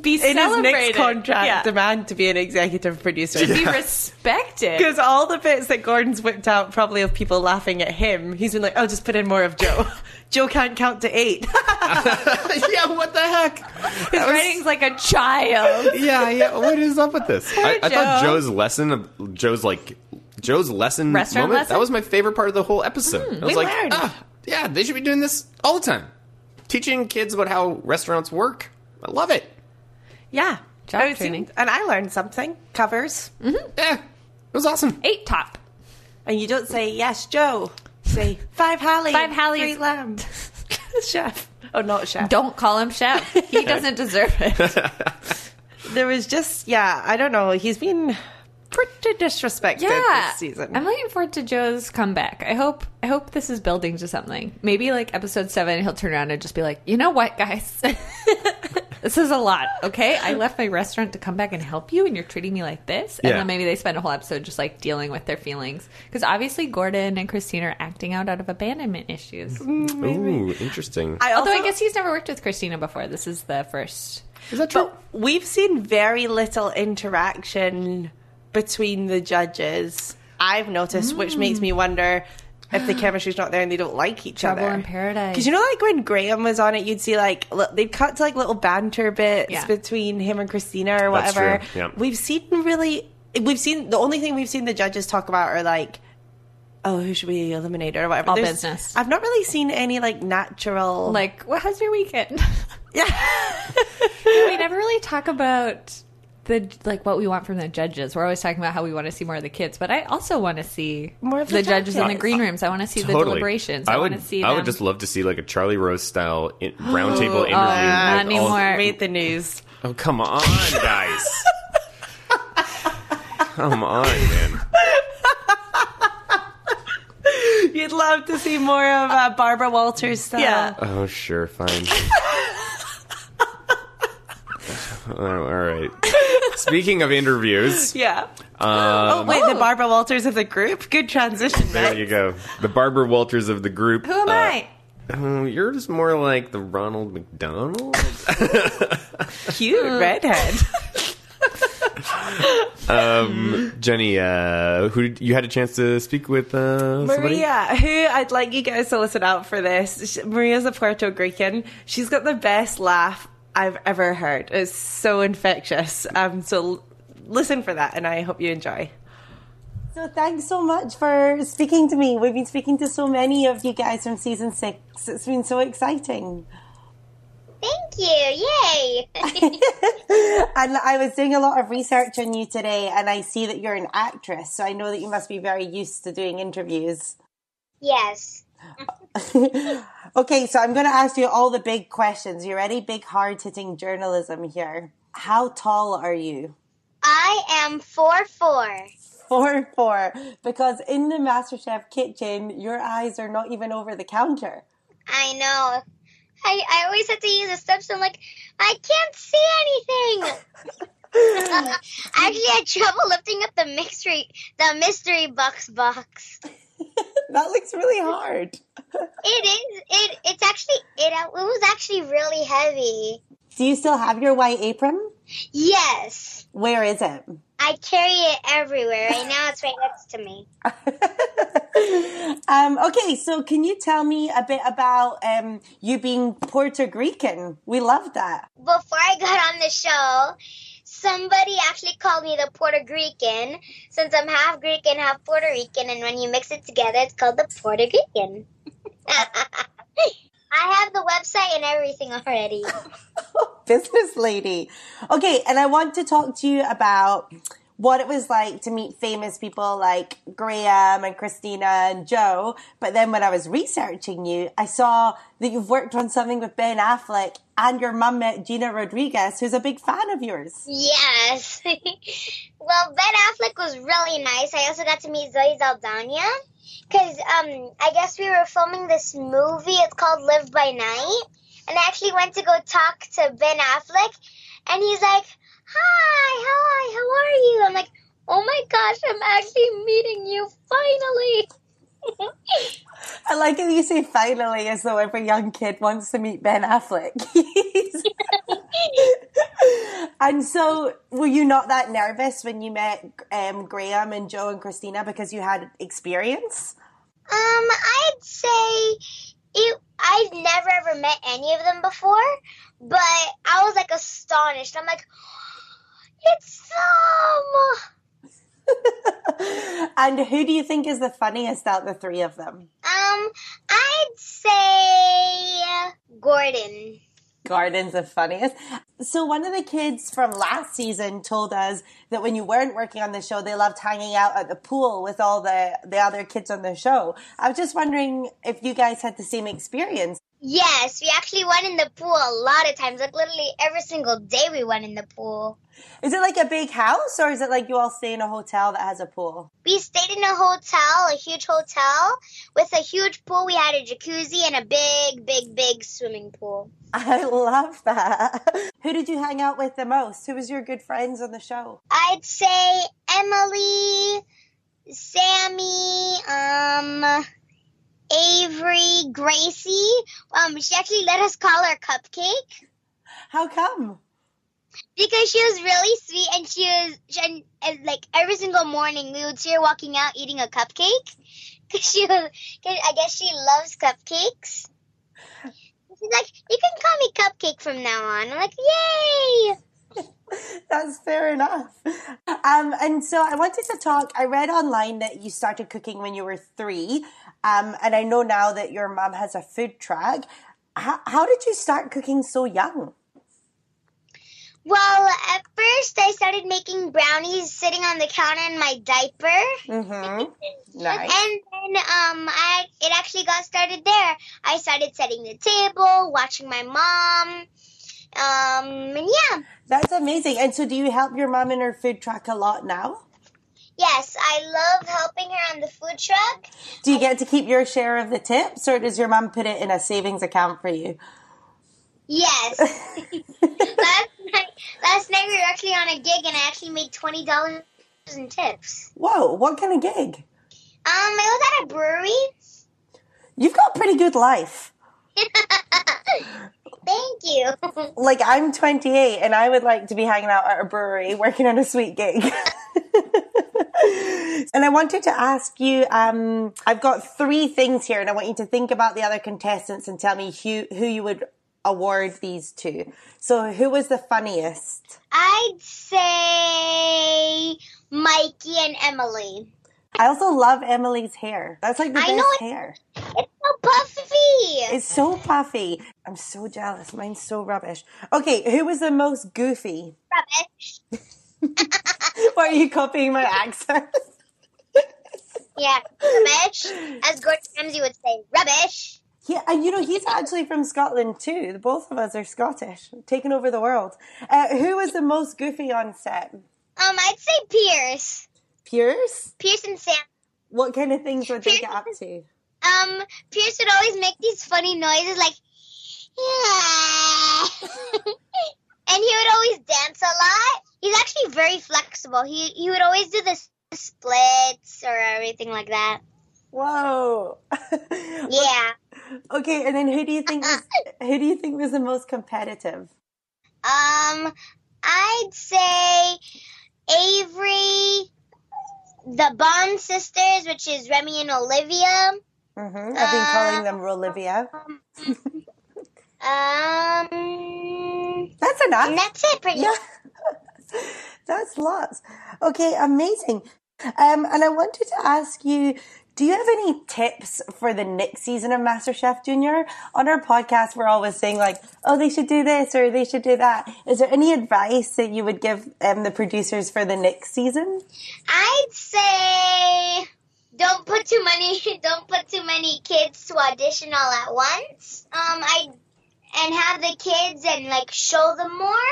S3: be
S4: in his next
S3: celebrated.
S4: contract
S3: Yeah.
S4: demand to be an executive producer. <laughs>
S3: Be respected.
S4: Because all the bits that Gordon's whipped out, probably of people laughing at him, he's been like, "I'll just put in more of Joe." <laughs> Joe can't count to eight.
S2: <laughs>
S4: <laughs>
S2: yeah, what the heck?
S3: His writing's like a child.
S2: Yeah, yeah. What is up with this? I, I thought
S3: Joe.
S2: Joe's lesson, of- Joe's like, Joe's lesson
S3: Restaurant
S2: moment.
S3: lesson?
S2: That
S3: Hmm,
S2: was my favorite part of the whole episode. I was
S4: we
S2: like,
S4: learned.
S2: ah, yeah, they should be doing this all the time, teaching kids about how restaurants work. I love it.
S4: yeah,
S3: Job
S4: I was-
S3: training.
S4: and I learned something. Covers,
S2: Yeah, it was awesome.
S3: Eight <laughs> top.
S4: and you don't say yes, Joe. Say five Hallie,
S3: Five Hallies.
S4: three lamb, <laughs> chef. Oh, not chef.
S3: Don't call him chef.
S2: <laughs>
S3: He doesn't deserve it.
S4: There was just yeah, I don't know. He's been pretty disrespected
S3: Yeah.
S4: this season.
S3: I'm looking forward to Joe's comeback. I hope I hope this is building to something. Maybe like episode seven, he'll turn around and just be like, you know what, guys? <laughs> this is a lot, okay? I left my restaurant to come back and help you and you're treating me like this. And
S2: Yeah.
S3: then maybe they spend a whole episode just like dealing with their feelings. Because obviously Gordon and Christina are acting out out of abandonment issues.
S2: Ooh, interesting.
S4: I
S3: Although I
S4: Mm-hmm. also-
S3: guess he's never worked with Christina before. This is the first.
S2: is that true?
S4: but we've seen very little interaction between the judges. I've noticed, which makes
S3: Mm.
S4: me wonder if the chemistry's not there and they don't like each
S3: Trouble
S4: other.
S3: in Paradise.
S4: Because you know, like when Graham was on it, you'd see like li- they'd cut to like little banter bits
S3: Yeah.
S4: between him and Christina or
S2: That's
S4: whatever.
S2: true, yeah.
S4: We've seen really, we've seen the only thing we've seen the judges talk about are like. Oh, who should we eliminate or whatever?
S3: All business.
S4: I've not really seen any like natural <laughs>
S3: Like, what? How's your weekend? <laughs>
S4: yeah.
S3: we never really talk about the like what we want from the judges. We're always talking about how we want to see more of the kids, but I also want to see
S4: More of
S3: the,
S4: the
S3: judges in the
S4: judges.
S3: green rooms. I want to see the deliberations. I,
S2: would.
S3: want to see.
S2: I
S3: them. Oh,
S2: would just love to see like a Charlie Rose style in,
S3: <gasps>
S2: roundtable interview.
S3: not
S2: with all-
S3: anymore.
S4: Read the news.
S2: oh, come on, guys.
S3: <laughs>
S2: come on, man.
S4: You'd love to see more of uh, Barbara Walters uh, style.
S3: Yeah.
S2: Oh, sure, fine. <laughs> Oh, all right. Speaking of
S3: <laughs>
S2: interviews,
S4: Yeah.
S2: uh,
S4: oh, wait, the Barbara Walters of the group? Good transition.
S2: there you go. The Barbara Walters of the group.
S3: Who am I?
S2: I? You're just more like the Ronald McDonald.
S4: Cute redhead.
S2: Jenny, uh, who did- you had a chance to speak with? Uh, somebody?
S4: Maria, who I'd like you guys to listen out for this. Sh Maria's a Puerto Rican. She's got the best laugh I've ever heard. It's so infectious. Um, so l- listen for that, and I hope you enjoy.
S5: So <laughs> thanks so much for speaking to me. We've been speaking to so many of you guys from season six. It's been so exciting.
S1: Thank you. Yay. <laughs>
S5: And I was doing a lot of research on you today, and I see that you're an actress. So I know that you must be very used to doing interviews.
S1: yes.
S5: Okay, so I'm going to ask you all the big questions. You ready? Big, hard hitting journalism here. How tall are you? <laughs>
S1: I am four four.
S5: Four four. Because in the MasterChef kitchen, your eyes are not even over the counter. <laughs>
S1: I know. I, I always have to use the steps. I'm like, I can't see <laughs> anything. Actually, I had trouble <laughs> lifting up the mystery the mystery box box.
S5: That looks really hard.
S1: It is. It it's actually it it was actually really heavy.
S5: Do you still have your white apron?
S1: Yes,
S5: Where is it?
S1: I carry it everywhere. Right now, it's right next to me.
S5: Um, okay, so can you tell me a bit about um, you being Puerto Rican? We love that.
S1: before I got on the show, somebody actually called me the Puerto Rican since I'm half Greek and half Puerto Rican, and when you mix it together, it's called the Puerto Rican. <laughs> I have the website and everything already.
S5: business lady. Okay, and I want to talk to you about what it was like to meet famous people like Graham and Christina and Joe. But then when I was researching you, I saw that you've worked on something with Ben Affleck and your mum met Gina Rodriguez, who's a big fan of yours.
S1: yes. <laughs> well, Ben Affleck was really nice. I also got to meet Zoe Saldana because um, I guess we were filming this movie. It's called Live by Night, and I actually went to go talk to Ben Affleck, and he's like, "Hi, hi, how are you?" I'm like, "Oh my gosh, I'm actually meeting you finally." <laughs>
S5: I like it that you say finally as though every young kid wants to meet Ben Affleck. <laughs> and so, were you not that nervous when you met um, Graham and Joe and Christina because you had experience?
S1: Um, I'd say it. I've never ever met any of them before, but I was like astonished. I'm like, <gasps> it's um.
S5: And who do you think is the funniest out of the three of them?
S1: Um, I'd say Gordon.
S5: Garden's the funniest. So one of the kids from last season told us that when you weren't working on the show, they loved hanging out at the pool with all the, the other kids on the show. I was just wondering if you guys had the same experience.
S1: Yes, we actually went in the pool a lot of times. Like literally every single day we went in the pool.
S5: Is it like a big house or is it like you all stay in a hotel that has a pool? <laughs>
S1: We stayed in a hotel, a huge hotel with a huge pool. We had a jacuzzi and a big, big, big swimming pool.
S5: I love that. <laughs> Who did you hang out with the most? Who was your good friends on the show?
S1: I'd say Emily, Sammy, um, Avery, Gracie. Um, she actually let us call her Cupcake
S5: How come?
S1: because she was really sweet and she was and, and like every single morning we would see her walking out eating a cupcake <laughs> because she was 'cause I guess she loves cupcakes. She's like, you can call me Cupcake from now on. I'm like, yay!
S5: That's fair enough. <laughs> Um, and so I wanted to talk. I read online that you started cooking when you were three, um, and I know now that your mom has a food truck. How, how did you start cooking so young?
S1: Well, at first I started making brownies sitting on the counter in my diaper.
S5: Mm-hmm. Mm, Nice.
S1: And then um, I it actually got started there. I started setting the table, watching my mom. Um, and yeah,
S5: That's amazing. And so, do you help your mom in her food truck a lot now?
S1: yes, I love helping her on the food truck.
S5: Do you get to keep your share of the tips, or does your mom put it in a savings account for
S1: <laughs>
S5: you?
S1: Yes. last
S5: <laughs>
S1: night, last night we were actually on a gig, and I actually made twenty dollars in tips.
S5: Whoa, what kind of gig?
S1: Um, I was at a brewery. <laughs>
S5: You've got a pretty good life.
S1: Thank you. <laughs>
S5: Like, I'm 28 and I would like to be hanging out at a brewery working on a sweet gig. <laughs> and I wanted to ask you um, I've got three things here and I want you to think about the other contestants and tell me who, who you would award these to. So, who was the funniest?
S1: I'd say Mikey and Emily.
S5: I also love Emily's hair. That's like the
S1: I
S5: best
S1: know it-
S5: hair.
S1: It's so puffy.
S5: It's so puffy. I'm so jealous. Mine's so rubbish. Okay, who was the most goofy? <laughs>
S1: Rubbish.
S5: Why are you copying my accent? <laughs>
S1: Yeah, rubbish. As Gordon Ramsay would say, rubbish.
S5: Yeah, and you know, he's actually from Scotland too. The both of us are Scottish, taking over the world. Uh, who was the most goofy on set?
S1: Um, I'd say Pierce.
S5: Pierce?
S1: Pierce and Sam.
S5: What kind of things would they get up to?
S1: Um, Pierce would always make these funny noises like, yeah. <laughs> and he would always dance a lot. He's actually very flexible. He he would always do the s- splits or everything like that.
S5: Whoa. <laughs>
S1: Yeah.
S5: okay, and then who do you think was, who do you think was the most competitive?
S1: Um, I'd say Avery, the Bond sisters, which is Remy and Olivia.
S5: hmm I've been calling them Rolivia.
S1: Um,
S5: That's enough.
S1: and that's it, pretty
S5: Yeah.
S1: much.
S5: That's lots. Okay, amazing. Um, and I wanted to ask you Do you have any tips for the next season of MasterChef Junior? On our podcast, we're always saying like, "Oh, they should do this" or "They should do that." Is there any advice that you would give um, the producers for the next season?
S1: I'd say don't put too many <laughs> don't put too many kids to audition all at once. Um, I and have the kids and like show them more.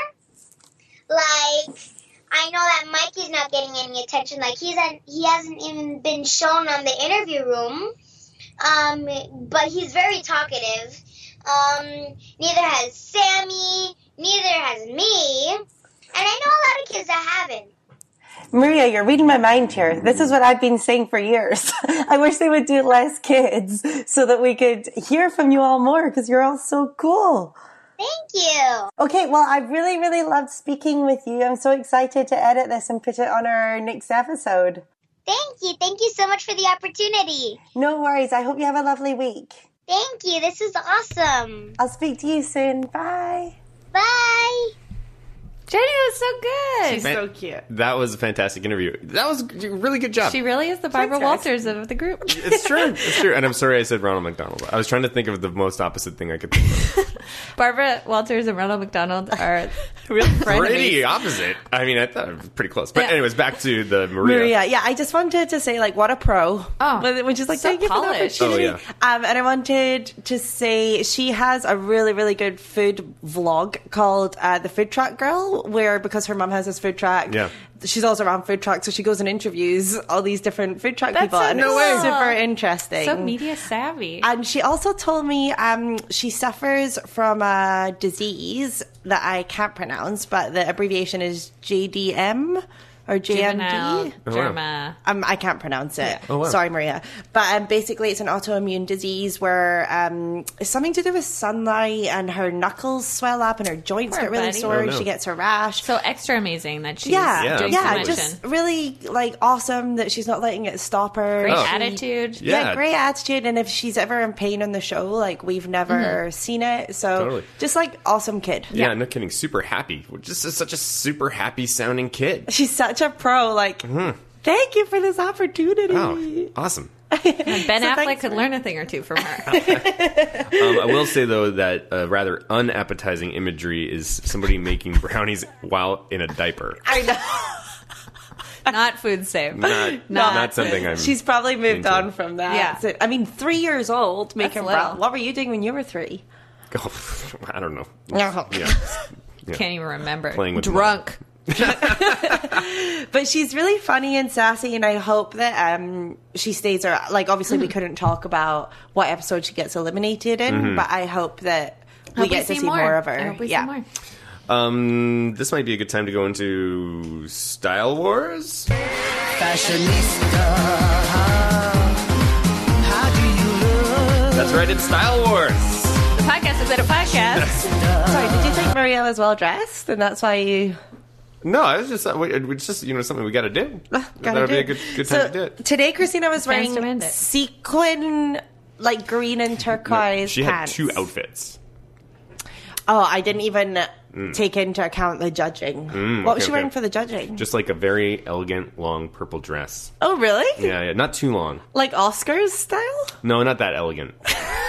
S1: Like I know that Mikey's not getting any attention. Like he's an, he hasn't even been shown on the interview room. Um, but he's very talkative. Um, neither has Sammy. Neither has me. And I know a lot of kids that haven't.
S5: Maria, you're reading my mind here. This is what I've been saying for years. <laughs> I wish they would do less kids so that we could hear from you all more because you're all so cool.
S1: Thank you.
S5: Okay, well, I really, really loved speaking with you. I'm so excited to edit this and put it on our next episode.
S1: Thank you. Thank you so much for the opportunity.
S5: No worries. I hope you have a lovely week.
S1: Thank you. This is awesome.
S5: I'll speak to you soon. Bye.
S1: Bye.
S3: Jenny was so good.
S4: She's so cute.
S2: That was a fantastic interview. That was a really good job.
S3: she really is the Barbara
S4: guys.
S3: Walters of the group.
S2: it's true. It's true. And I'm sorry I said Ronald McDonald. I was trying to think of the most opposite thing I could think of.
S3: <laughs> Barbara Walters and Ronald McDonald
S2: <laughs>
S3: are
S4: Real friendly.
S2: Pretty opposite. I mean, I thought it was pretty close. But anyways, back to the Maria.
S4: Maria, yeah, I just wanted to say like what a pro.
S3: Oh,
S4: With- which is like
S3: so
S4: thank you for the
S3: polished.
S4: opportunity.
S2: Oh,
S4: Um, and I wanted to say she has a really really good food vlog called uh, the Food Truck Girl, where because her mum has this food truck,
S2: Yeah.
S4: she's also around food trucks, so she goes and interviews all these different food truck
S3: That's
S4: people,
S3: so
S4: and
S3: No
S4: it's
S3: way.
S4: super interesting.
S3: so media savvy.
S4: And she also told me um, she suffers from a disease that I can't pronounce, but the abbreviation is JDM or
S3: Juvenile
S4: JMD.
S2: wow.
S3: drama.
S4: Um, I can't pronounce it.
S2: Oh, wow.
S4: Sorry, Maria. But um, basically, it's an autoimmune disease where um, it's something to do with sunlight, and her knuckles swell up, and her joints
S3: Poor
S4: get really
S3: buddy.
S4: sore,
S2: Oh,
S4: and
S2: no.
S4: she gets a rash.
S3: So extra amazing that she's
S2: Yeah,
S4: yeah,
S2: Oh.
S4: yeah,
S3: doing
S2: absolutely.
S3: promotion.
S4: just really like awesome that she's not letting it stop her.
S3: Great
S2: Oh.
S3: attitude.
S2: Yeah.
S4: Yeah. great attitude. And if she's ever in pain on the show, like we've never
S3: Mm-hmm.
S4: seen it. So
S2: Totally.
S4: just like awesome kid.
S2: Yeah, no kidding. Super happy. Just is such a super happy sounding kid.
S4: She's such a pro. Like, thank you for this opportunity.
S2: Mm-hmm. <laughs> Oh, awesome.
S3: Ben
S4: So
S3: Affleck
S4: thanks
S3: could
S4: for-
S3: learn a thing or two from
S2: <laughs>
S3: her.
S2: Um, I will say though that uh, rather unappetizing imagery is somebody making <laughs> brownies while in a diaper.
S4: I know. <laughs>
S3: Not food
S2: <laughs>
S3: safe.
S2: Not, not, something I'm.
S4: She's probably moved
S2: into.
S4: on from that.
S3: Yeah.
S4: So- I mean, three years old, making
S3: little.
S4: brown. What were you doing when you were three?
S2: <laughs> Oh, I don't <laughs> know.
S4: No.
S2: Yeah.
S3: Can't even remember.
S2: Playing with
S3: Drunk.
S4: But she's really funny and sassy, and I hope that um, she stays around. Like, obviously, we couldn't talk about what episode she gets eliminated in,
S2: Mm-hmm.
S4: but I hope that we
S3: Hope
S4: get to see more. of her.
S3: I hope we
S4: yeah.
S3: see more.
S2: Um, this might be a good time to go into Style Wars.
S6: Fashionista. How do you look?
S2: That's right, it's Style Wars.
S3: The podcast is at
S2: <laughs>
S3: a podcast.
S4: Sorry, did you think Maria was well dressed, and that's why you?
S2: No, I was just, uh, we- it's just you know something we got to do. that would be a good, good time
S4: so
S2: to do it.
S4: Today, Christina was wearing
S3: demand it.
S4: sequin, like green and turquoise.
S2: she had
S4: pants.
S2: two outfits.
S4: Oh, I didn't even take into account the judging. what was
S2: Mm. okay,
S4: she wearing
S2: okay.
S4: for the judging?
S2: Just like a very elegant long purple dress.
S4: oh, really?
S2: Yeah, yeah, not too long.
S4: Like Oscars style?
S2: No, not that elegant.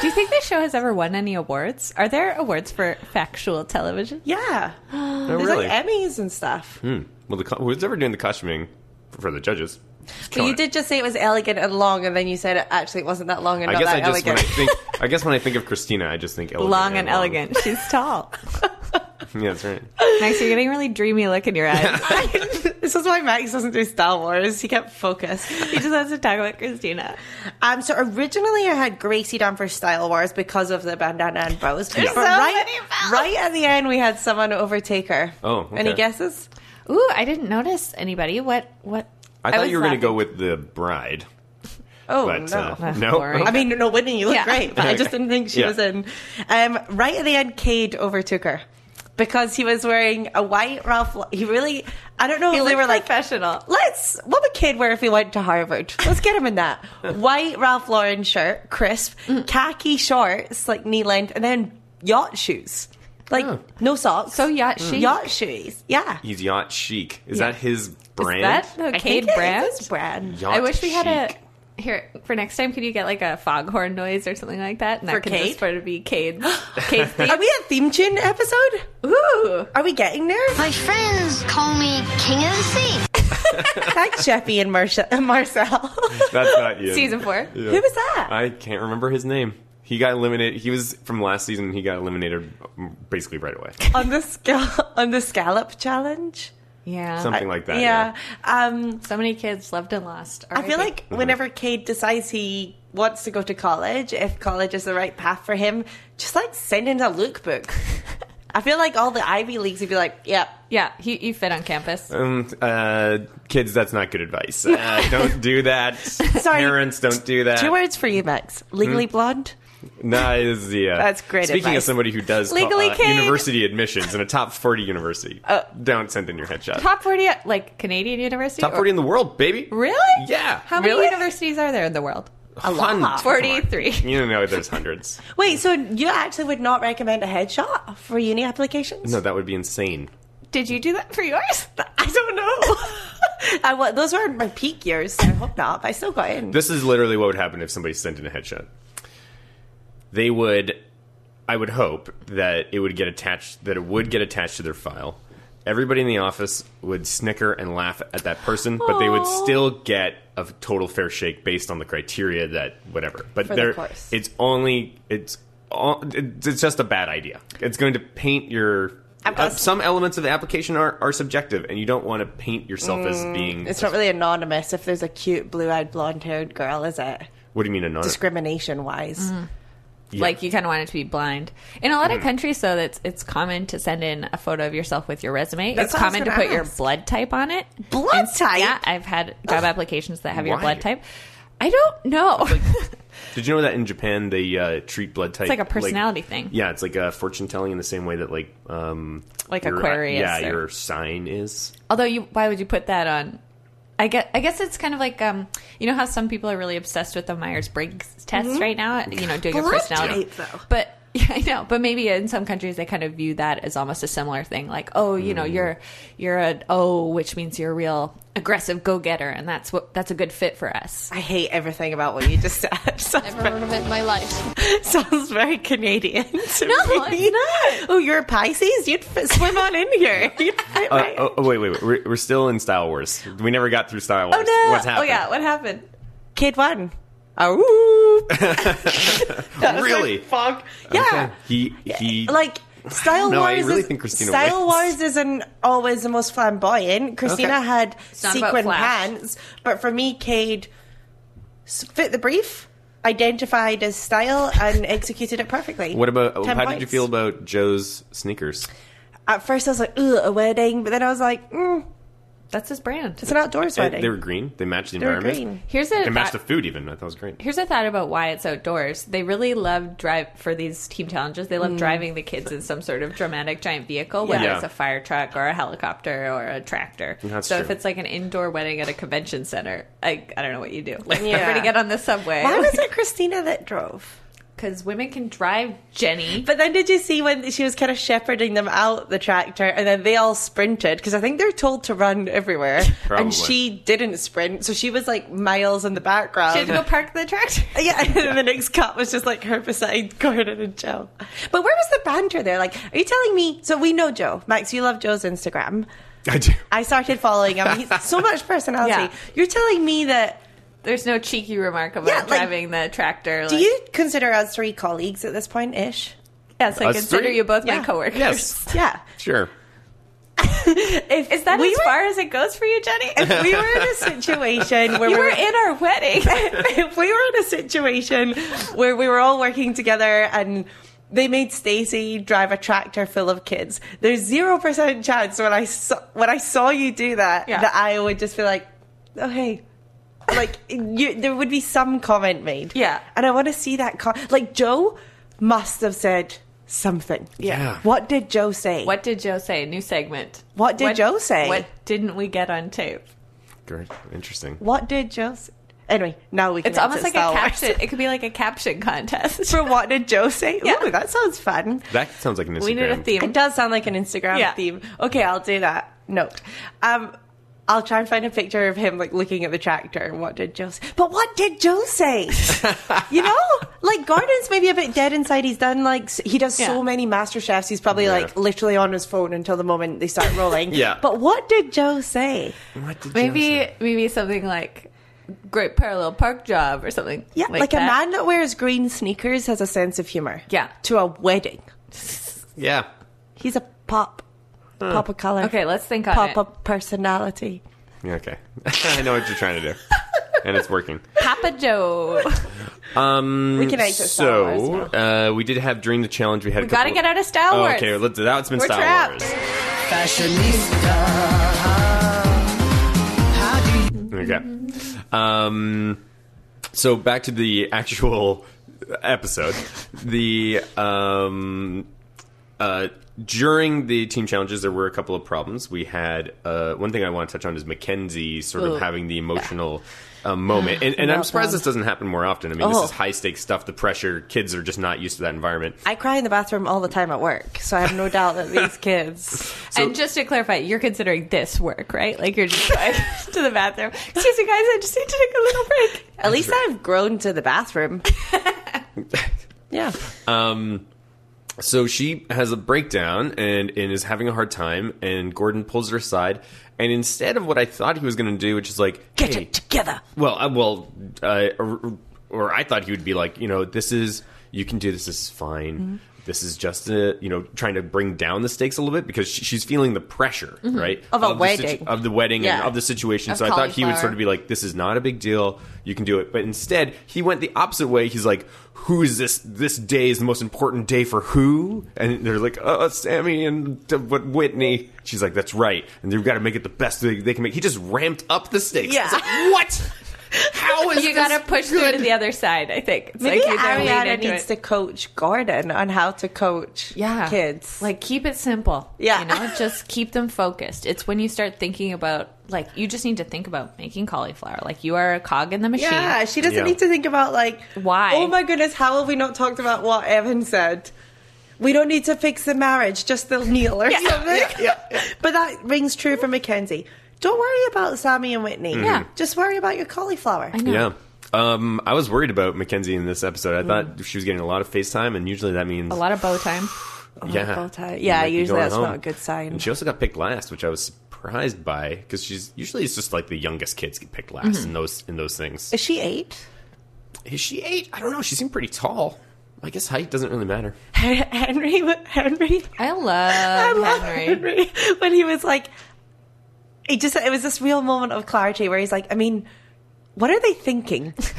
S3: Do you think this show has ever won any awards? Are there awards for factual television?
S4: Yeah.
S2: No,
S4: There's
S2: Oh, really. Hmm.
S4: like Emmys and stuff.
S2: well, the, co- who's ever doing the costuming for the judges? is
S4: But
S2: killing
S4: you
S2: it.
S4: did just say it was elegant and long, and then you said it actually wasn't that long and
S2: I
S4: not
S2: guess I
S4: that
S2: just when
S4: elegant.
S2: I
S4: <laughs>
S2: think I guess when I think of Christina, I just think elegant
S3: Long and elegant. She's tall.
S2: <laughs> Yeah, that's right.
S3: Next, you're getting a really dreamy look in your eyes. <laughs>
S4: this is why Max doesn't do Star Wars. He kept focused.
S3: He just has to talk about Christina.
S4: Um, so originally I had Gracie down for Style Wars because of the bandana and bows. But
S2: so
S4: right, right at the end, we had someone overtake her.
S2: Oh,
S4: Any
S2: okay.
S4: guesses?
S3: Ooh, I didn't notice anybody. What? What?
S2: I thought
S3: was
S2: you were going to
S3: laughing.
S2: go with the bride,
S4: Oh,
S2: but
S4: no.
S2: uh,
S3: That's
S2: no. <laughs>
S3: boring.
S4: I mean, no, Whitney, you look
S3: Yeah.
S4: great, but I just didn't think she
S2: Yeah.
S4: was in. Um, right at the end, Cade overtook her because he was wearing a white Ralph. Lau- He really, I don't know
S3: He
S4: if they
S3: looked
S4: were like,
S3: professional.
S4: let's, what would Cade wear if he went to Harvard? Let's get him
S3: <laughs>
S4: in that. white Ralph Lauren shirt, crisp,
S3: Mm.
S4: khaki shorts, like knee length, and then yacht shoes. Like,
S2: Oh.
S4: no socks. Mm.
S3: So yacht chic.
S4: Yacht shoes. Yeah.
S2: He's yacht chic. Is
S4: Yeah.
S2: that his brand?
S3: Is that the
S4: I
S3: Cade
S4: think it is
S3: brand?
S4: his brand.
S2: Yacht
S3: I wish we had
S2: chic.
S3: a Here for next time, could you get like a foghorn noise or something like that? And
S4: For
S3: that could
S4: Cade?
S3: just sort of be
S2: <laughs>
S3: Cade. Cade theme.
S4: Are we a theme tune episode?
S3: <laughs> Ooh,
S4: Are we getting there?
S7: My friends call me King of the Sea.
S4: Thanks, Jeffy and Marcia- and Marcel.
S2: <laughs> That's not you.
S3: season four.
S2: Yeah.
S4: Who was that?
S2: I can't remember his name. He got eliminated. He was from last season. He got eliminated basically right away.
S4: on the scal- on the scallop challenge.
S3: Yeah.
S2: Something like that.
S4: Uh, yeah. Um,
S3: So many kids loved and lost.
S4: I feel like
S2: Mm-hmm.
S4: whenever Cade decides he wants to go to college, if college is the right path for him, just like send him a lookbook. <laughs> I feel like all the Ivy Leagues would be like, yep,
S3: yeah, you, you fit on campus.
S2: Um, uh, kids, that's not good advice. Uh, <laughs> don't do that.
S4: <laughs> Sorry.
S2: Parents, don't do that.
S4: two words for you, Max.
S2: Hmm.
S4: Legally blonde.
S2: Nah, is, yeah.
S4: That's great
S2: Speaking of
S4: advice.
S2: somebody who does co-
S3: Legally
S2: uh,
S3: Cade.
S2: university admissions in a top 40 university,
S4: Uh,
S2: don't send in your headshot.
S3: Top forty, at, like Canadian university.
S2: Top
S3: or-
S2: 40 in the world, baby.
S3: Really?
S2: Yeah.
S3: How
S4: Really?
S3: many universities are there in the world?
S2: A lot. <laughs>
S3: Forty-three.
S2: You know, there's hundreds.
S4: Wait, so you actually would not recommend a headshot for uni applications?
S2: No, that would be insane.
S3: Did you do that for yours?
S4: I don't know. <laughs> I, wa- those were my peak years, so I hope not. But I still got in.
S2: This is literally what would happen if somebody sent in a headshot. They would, I would hope that it would get attached, that it would get attached to their file. Everybody in the office would snicker and laugh at that person, but they would
S3: Aw.
S2: still get a total fair shake based on the criteria that whatever. But
S4: the
S2: there,
S4: course.
S2: it's only it's all, it- it's just a bad idea. It's going to paint your.
S4: I've got
S2: uh, some elements of the application are, are subjective, and you don't want to paint yourself as being.
S4: Mm, It's not really anonymous if there's a cute blue-eyed blonde-haired girl, is it?
S2: what do you mean anonymous?
S4: Discrimination-wise.
S3: Mm. Like you kind of want it to be blind. In a lot of countries, though, that's it's common to send in a photo of yourself with your resume.
S4: That's
S3: it's
S4: what I was
S3: common to
S4: gonna
S3: put your
S4: ask.
S3: blood type on it.
S4: Blood type?
S3: Yeah, I've had job applications that have your
S2: Why?
S3: blood type. I don't know.
S2: Did you know that in Japan they uh, treat blood type
S3: like a personality thing.
S2: Yeah, it's like a fortune telling in the same way that like um
S3: Like
S2: your,
S3: Aquarius
S2: Yeah,
S3: or-
S2: your sign is.
S3: Although you, why would you put that on? I guess, I guess it's kind of like um, you know how some people are really obsessed with the Myers Briggs test right now. You know, doing a
S4: Mm-hmm. Blood
S3: personality.
S4: type, though.
S3: But <laughs> yeah, I know. But maybe in some countries they kind of view that as almost a similar thing. Like, oh, you know,
S4: Mm.
S3: you're you're an O, which means you're a real aggressive go getter, and that's what that's a good fit for us.
S4: I hate everything about what you just said. <laughs> sounds,
S8: Never heard of it in my life.
S4: sounds very Canadian. to
S3: No,
S4: me.
S3: it's
S4: Oh, you're a Pisces? You'd fit, swim on in here. <laughs> You'd fit
S2: Uh,
S4: right.
S2: oh, oh, wait, wait, wait. We're, we're still in Style Wars. We never got through Style Wars.
S4: no.
S2: What's happening?
S3: Oh yeah, what happened?
S2: <laughs>
S4: Kid one. Oh,
S2: really?
S4: <laughs> fuck. Ah. Yeah.
S2: He he.
S4: Like,
S2: <laughs>
S4: Style
S2: No, I
S4: Wars.
S2: really
S4: is,
S2: think Christina
S4: Style
S2: wins.
S4: Wars isn't always the most flamboyant. Christina
S2: Okay.
S4: had
S3: not about
S4: sequin
S3: flash.
S4: pants, but for me, Cade s- fit the brief, identified as style, and executed it perfectly.
S2: what about?
S4: Ten
S2: how did you
S4: points.
S2: feel about Joe's sneakers?
S4: At first, I was like, "Ugh, a wedding," but then I was like, mm,
S3: That's his brand.
S4: "It's an outdoors
S2: They,
S4: wedding."
S2: they were green. They matched the
S4: They were
S2: environment.
S4: green.
S3: Here's a
S2: They matched the
S3: thought-
S2: food even. I thought it was great.
S3: Here's a thought about why it's outdoors. They really love drive for these team challenges. They love
S4: Mm.
S3: driving the kids in some sort of dramatic giant vehicle, whether
S2: Yeah.
S3: it's a fire truck or a helicopter or a tractor.
S2: That's
S3: so
S2: true.
S3: if it's like an indoor wedding at a convention center, I, I don't know what you do. Like
S4: Yeah.
S3: yeah. to get on the subway <laughs>
S4: Why was it Christina that drove?
S3: because women can drive. Jenny,
S4: But then did you see when she was kind of shepherding them out the tractor and then they all sprinted? Because I think they're told to run everywhere.
S2: Probably.
S4: And she didn't sprint. So she was like miles in the background.
S3: she had to go park the tractor.
S4: <laughs>
S3: <laughs>
S4: yeah, and then the next cut was just like her beside <laughs> Gordon and Joe. But where was the banter there? Like, are you telling me? So we know Joe. Max, you love Joe's Instagram.
S2: I do.
S4: I started following him.
S3: <laughs>
S4: He's so much personality.
S3: Yeah.
S4: You're telling me that.
S3: There's no cheeky remark about
S4: Yeah, like-
S3: driving the tractor.
S4: Do you consider us three colleagues at this point
S3: <laughs>
S4: ish?
S3: Yes, I
S2: Us
S3: consider
S2: three?
S3: you both
S4: Yeah.
S3: my coworkers.
S2: Yes.
S4: Yeah.
S2: Sure.
S4: If,
S3: Is that
S4: we
S3: as
S4: were-
S3: far as it goes for you, Jenny?
S4: if we were in a situation where
S3: you
S4: we
S3: were in our
S4: <laughs>
S3: wedding.
S4: if we were in a situation where we were all working together and they made Stacy drive a tractor full of kids, there's zero percent chance when I saw when I saw you do that
S3: Yeah.
S4: that I would just be like, oh hey. Like <laughs> you, there would be some comment made,
S3: Yeah.
S4: and I want to see that. Com- like Joe must have said something.
S2: Yeah.
S4: What did Joe say?
S3: What did Joe say? New segment.
S4: What did Joe say?
S3: What didn't we get on tape?
S2: Great. Interesting.
S4: What did Joe? Say? Anyway, now we can.
S3: It's almost
S4: exit
S3: like a
S4: Star Wars.
S3: caption. It could be like a
S2: <laughs>
S3: caption contest. <laughs>
S4: <laughs> for what did Joe say?
S3: Yeah.
S4: Ooh, that sounds fun.
S2: That sounds like an Instagram.
S3: we need a
S4: It
S3: theme.
S4: does sound like an Instagram
S3: Yeah.
S4: theme. Okay, I'll do that. Note. Um, I'll try and find a picture of him like looking at the tractor. What did Joe say? But what did Joe
S3: <laughs>
S4: say? you know, like Gordon's maybe a bit dead inside. He's done like s- he does
S3: Yeah.
S4: so many Master Chefs. He's probably
S2: Yeah.
S4: like literally on his phone until the moment they start
S3: <laughs>
S4: rolling.
S2: Yeah.
S4: But what did Joe say?
S2: What did Joe
S3: Maybe
S2: say?
S3: maybe something like great parallel park job or something.
S4: Yeah, like, a
S3: that.
S4: man that wears green sneakers has a sense of humor.
S3: Yeah.
S4: To a wedding,
S2: Yeah.
S4: he's a pop, pop of color.
S3: Okay, let's think on
S4: Pop
S3: it.
S4: of personality.
S2: Yeah, Okay. <laughs> I know what you're trying to do, and it's
S3: <laughs>
S2: working.
S3: Papa Joe.
S2: Um,
S4: We can exit Star Wars
S2: so uh, we did have during the challenge. We had a
S3: We <laughs> gotta
S2: couple-
S3: get out of Star
S2: Oh,
S3: Wars.
S2: okay, let's do that. It's been
S3: We're
S2: Star
S3: trapped.
S2: Wars.
S6: Fashionista. How do you
S2: Okay. Um, so back to the actual episode. The um, uh, during the team challenges, there were a couple of problems. We had uh, one thing I want to touch on is Mackenzie sort
S3: Ooh.
S2: of having the emotional. uh moment, and, and I'm surprised this doesn't happen more often. I mean,
S4: Oh.
S2: this is high stakes stuff. The pressure, kids are just not used to that environment.
S4: I cry in the bathroom all the time at work, so I have no doubt that
S3: <laughs>
S4: these kids.
S3: and just to clarify, you're considering this work, right? Like you're just like <laughs> to the bathroom. Excuse me, guys. I just need to take a little break.
S4: At least I've grown to
S3: <laughs>
S4: the bathroom. yeah.
S2: So she has a breakdown and, and is having a hard time, and Gordon pulls her aside. And instead of what I thought he was going to do, which is like,
S4: Get
S2: "Hey,
S4: it together.
S2: well, uh, well, uh, or, or I thought he would be like, you know, this is you can do this. This is fine.
S4: Mm-hmm.
S2: This is just a, you know trying to bring down the stakes a little bit because she, she's feeling the pressure, right,
S4: Mm-hmm. Of a
S2: the situ-
S4: wedding.
S2: of the wedding,
S4: Yeah.
S2: and of the situation.
S3: Of
S2: so I thought he would
S3: cauliflower.
S2: sort of be like, this is not a big deal. You can do it. But instead, he went the opposite way. He's like, who is this? This day is the most important day for who? And they're like, uh, Sammy and uh, what Whitney. She's like, that's right. And they've got to make it the best they, they can make. He just ramped up the stakes.
S4: Yeah.
S2: It's like, what? How is
S3: You
S2: this
S3: gotta push through to the other side. I think it's
S4: Maybe
S3: you gotta lean
S4: Ariana
S3: into
S4: needs
S3: it.
S4: to coach Gordon on how to coach
S3: yeah
S4: kids.
S3: like keep it simple
S4: Yeah.
S3: you know just keep them focused it's when you start thinking about like you just need to think about making cauliflower like you are a cog in the machine
S4: yeah, she doesn't
S2: Yeah.
S4: need to think about like
S3: Why?
S4: Oh my goodness, how have we not talked about what Evan said? We don't need to fix the marriage, just the kneel or something. <laughs> But that rings true for Mackenzie. Don't worry about Sammy and Whitney.
S3: Yeah.
S4: Just worry about your cauliflower.
S3: I know.
S2: Yeah. Um, I was worried about Mackenzie in this episode. I thought she was getting a lot of FaceTime, and usually that means
S3: a lot of bow time
S2: yeah,
S4: bow tie.
S2: you
S4: Yeah,
S2: might be
S4: usually
S2: going
S4: that's not a good sign.
S2: And she also got picked last, which I was surprised by because she's usually it's just like the youngest kids get picked last in those in those things.
S4: Mm-hmm. Is she eight? <laughs>
S2: Is she eight? I don't know. She seemed pretty tall. I guess height doesn't really matter.
S4: Henry, Henry,
S3: i love,
S4: <laughs> I love
S3: Uh, henry,
S4: Henry. When he was like, it just, it was this real moment of clarity where he's like, I mean, what are they thinking?
S2: <laughs>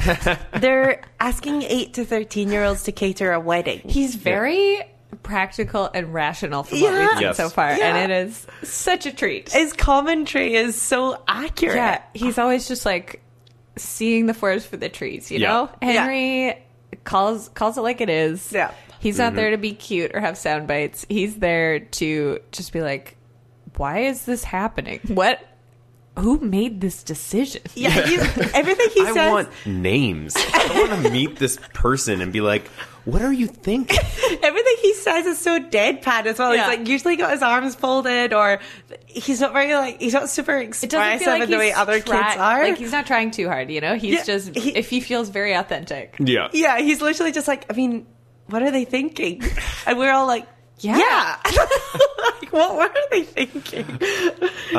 S4: They're asking eight to 13 year olds to cater a wedding.
S3: he's very practical and rational from what
S4: Yeah.
S3: we've seen
S2: Yes.
S3: so far
S4: Yeah.
S3: and it is such a treat
S4: His commentary is so accurate.
S3: yeah he's always just like seeing the forest for the trees you
S2: Yeah.
S3: know henry calls calls it like it is
S4: Yeah.
S3: he's
S2: Mm-hmm.
S3: not there to be cute or have sound bites he's there to just be like why is this happening what who made this decision
S4: Yeah, you- everything he
S2: I
S4: says.
S2: want names. I want to meet this person and be like, "What are you thinking?"
S4: Everything he says is so deadpan as well.
S3: Yeah.
S4: He's like usually got his arms folded, or he's not very like he's not super
S3: it doesn't
S4: expressive
S3: feel like
S4: in the way
S3: he's
S4: other
S3: try-
S4: kids are.
S3: like he's not trying too hard you know he's
S4: Yeah,
S3: just
S4: he-
S3: if he feels very authentic
S2: <laughs> Yeah,
S4: yeah, he's literally just like, I mean, what are they
S3: <laughs>
S4: thinking? And we're all like,
S3: Yeah.
S4: yeah. <laughs> like, what were they thinking? <laughs>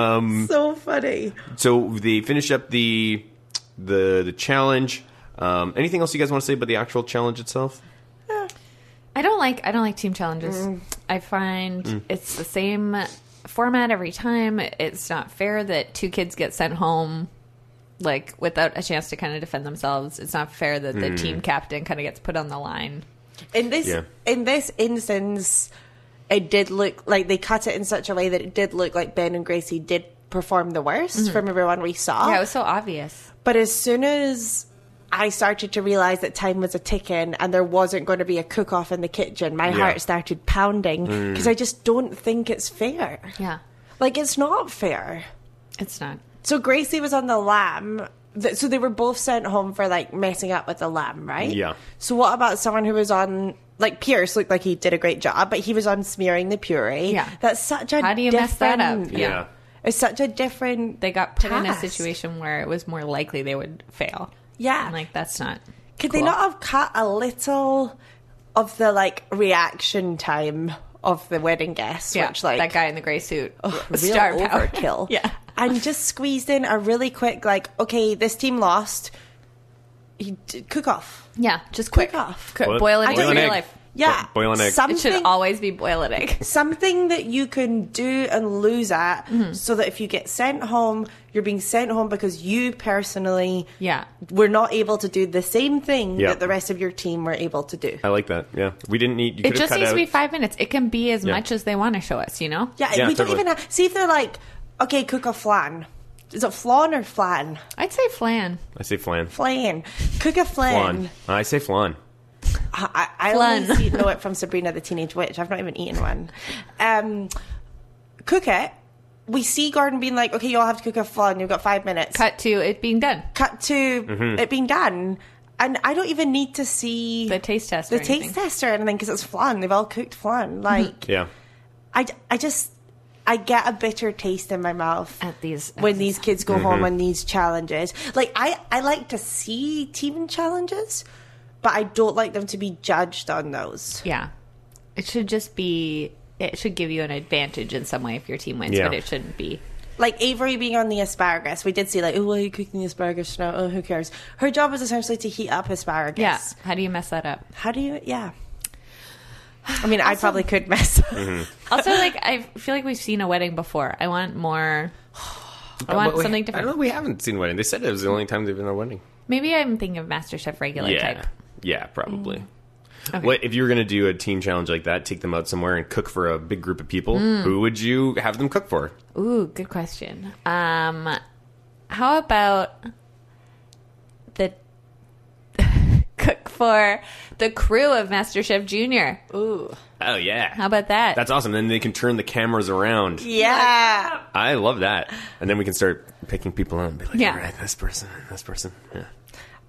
S4: so funny.
S2: So they finish up the the the challenge. Um, anything else you guys want to say about the actual challenge itself?
S3: I don't like I don't like team challenges. I find
S4: Mm.
S3: it's the same format every time. It's not fair that two kids get sent home like without a chance to kind of defend themselves. It's not fair that
S4: Mm.
S3: the team captain kind of gets put on the line.
S4: in this
S2: Yeah.
S4: in this instance it did look like they cut it in such a way that it did look like ben and gracie did perform the worst from everyone we saw
S3: Mm-hmm. Yeah, it was so obvious.
S4: but as soon as i started to realize that time was a ticking and there wasn't going to be a cook off in the kitchen my heart started pounding because i just don't think it's fair
S3: Yeah.
S4: like it's not fair
S3: It's not.
S4: so gracie was on the lamb Th- so they were both sent home for like messing up with the lamb right
S2: Yeah.
S4: so what about someone who was on like Pierce looked like he did a great job, but he was on smearing the puree.
S3: Yeah.
S4: That's such a
S3: How do you mess that up?
S4: different-
S3: Yeah.
S4: It's such a different.
S3: They got put in a
S4: Task.
S3: situation where it was more likely they would fail.
S4: Yeah.
S3: I'm like, that's not.
S4: Could they
S3: cool.
S4: not have cut a little of the like reaction time of the wedding guests,
S3: Yeah,
S4: which like
S3: that guy in the gray suit, <laughs>
S4: real
S3: star power
S4: overkill?
S3: <laughs> yeah,
S4: and just squeezed in a really quick like, okay, this team lost. You d- cook off.
S3: yeah, just
S4: Cook
S3: quick.
S4: off.
S3: Quick,
S2: Boil-
S3: boil it
S2: boil
S3: into
S4: an
S3: your
S4: egg.
S3: life.
S4: Yeah,
S2: Bo- boil an egg. It should
S3: It
S4: Something
S3: should always be boil an egg.
S4: something that you can do and lose at
S3: Mm-hmm.
S4: so that if you get sent home you're being sent home because you personally
S3: Yeah.
S4: were not able to do the same thing
S2: Yeah.
S4: that the rest of your team were able to do
S2: I like that. Yeah, we didn't need. You
S3: It
S2: could've
S3: just
S2: cut
S3: needs
S2: out,
S3: to be five minutes. It can be as
S2: Yeah.
S3: much as they want to show us, you know?
S4: yeah,
S2: Yeah,
S4: we
S2: totally.
S4: don't even have, see if they're like okay cook a flan is it flan or flan
S3: I'd say flan.
S2: I say flan.
S4: flan cook a
S2: Flan.
S4: flan,
S2: I say flan.
S4: I, I
S3: Flan.
S4: only see- know it from Sabrina the Teenage Witch I've not even eaten one um, cook it we see Gordon being like okay you all have to cook a flan you've got five minutes
S3: Cut to it being done.
S4: cut to
S2: Mm-hmm.
S4: it being done. And I don't even need to see
S3: The taste test.
S4: the
S3: or anything.
S4: taste test or anything because it's flan. They've all cooked flan. Like
S2: Yeah.
S4: I, I just I get a bitter taste in my mouth
S3: At these- at
S4: when these kids go home on these challenges. Like I I like to see team challenges, but I don't like them to be judged on those.
S3: Yeah. It should just be. It should give you an advantage in some way if your team wins,
S2: Yeah.
S3: but it shouldn't be.
S4: like Avery being on the asparagus, we did see like, oh, why are you cooking the asparagus now? Oh, who cares? Her job was essentially to heat up asparagus.
S3: Yeah. How do you mess that up?
S4: How do you? Yeah. I mean, I probably could mess.
S3: Also, like I feel like we've seen a wedding before. I want more. I want
S2: But we-
S3: something
S2: I
S3: different.
S2: don't know. We haven't seen wedding. They said it was the only time they've been on a wedding.
S3: Maybe I'm thinking of MasterChef regular
S2: yeah.
S3: type. Mm.
S2: Yeah, probably. What if you were going to do a team challenge like that? Take them out somewhere and cook for a big group of people.
S3: Mm.
S2: Who would you have them cook for?
S3: Ooh, good question. Um, how about the <laughs> cook for the crew of MasterChef Junior? Ooh,
S2: Oh yeah,
S3: how about that?
S2: that's awesome. Then they can turn the cameras around.
S4: <laughs> yeah.
S2: I love that, and then we can start picking people out and be like,
S3: Yeah.
S2: all right, this person, and this person. Yeah.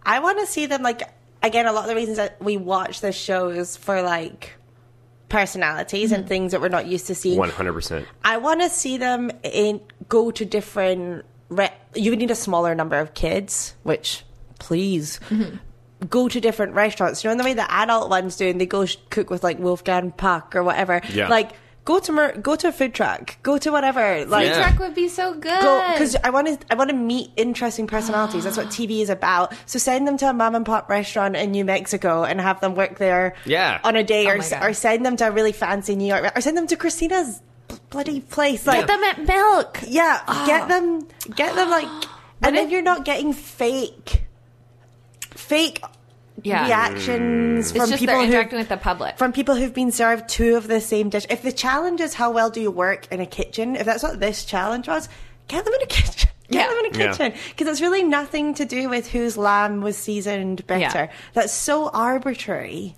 S4: I want to see them like again. A lot of the reasons that we watch this show is for like personalities and things that we're not used to seeing.
S2: One hundred percent.
S4: I want to see them in go to different. Re- you would need a smaller number of kids, which please go to different restaurants. You know, in the way the adult ones do, and they go sh- cook with like Wolfgang Puck or whatever.
S2: Yeah.
S4: Like go to mer- go to a food truck, go to whatever. Like
S2: Yeah.
S3: Truck would be so good.
S4: go because I want to I want to meet interesting personalities. That's
S3: <gasps>
S4: what TV is about. So send them to a mom and pop restaurant in New Mexico and have them work there.
S2: Yeah.
S4: on a day
S3: Oh
S4: or
S3: my
S4: s-
S3: God.
S4: or send them to a really fancy New York or send them to Christina's bl- bloody place. Like
S3: Get them Ah. at milk.
S4: yeah, get them, get
S3: <gasps>
S4: them like, and then you're not getting fake, fake
S3: Yeah,
S4: reactions
S3: it's just
S4: from
S3: they're
S4: people who
S3: interacting with the public.
S4: from people who've been served two of the same dish. If the challenge is how well do you work in a kitchen, if that's what this challenge was, get them in a kitchen. <laughs> Get
S3: Yeah.
S4: them in a
S2: Yeah.
S4: kitchen because it's really nothing to do with whose lamb was seasoned better.
S3: Yeah.
S4: That's so arbitrary.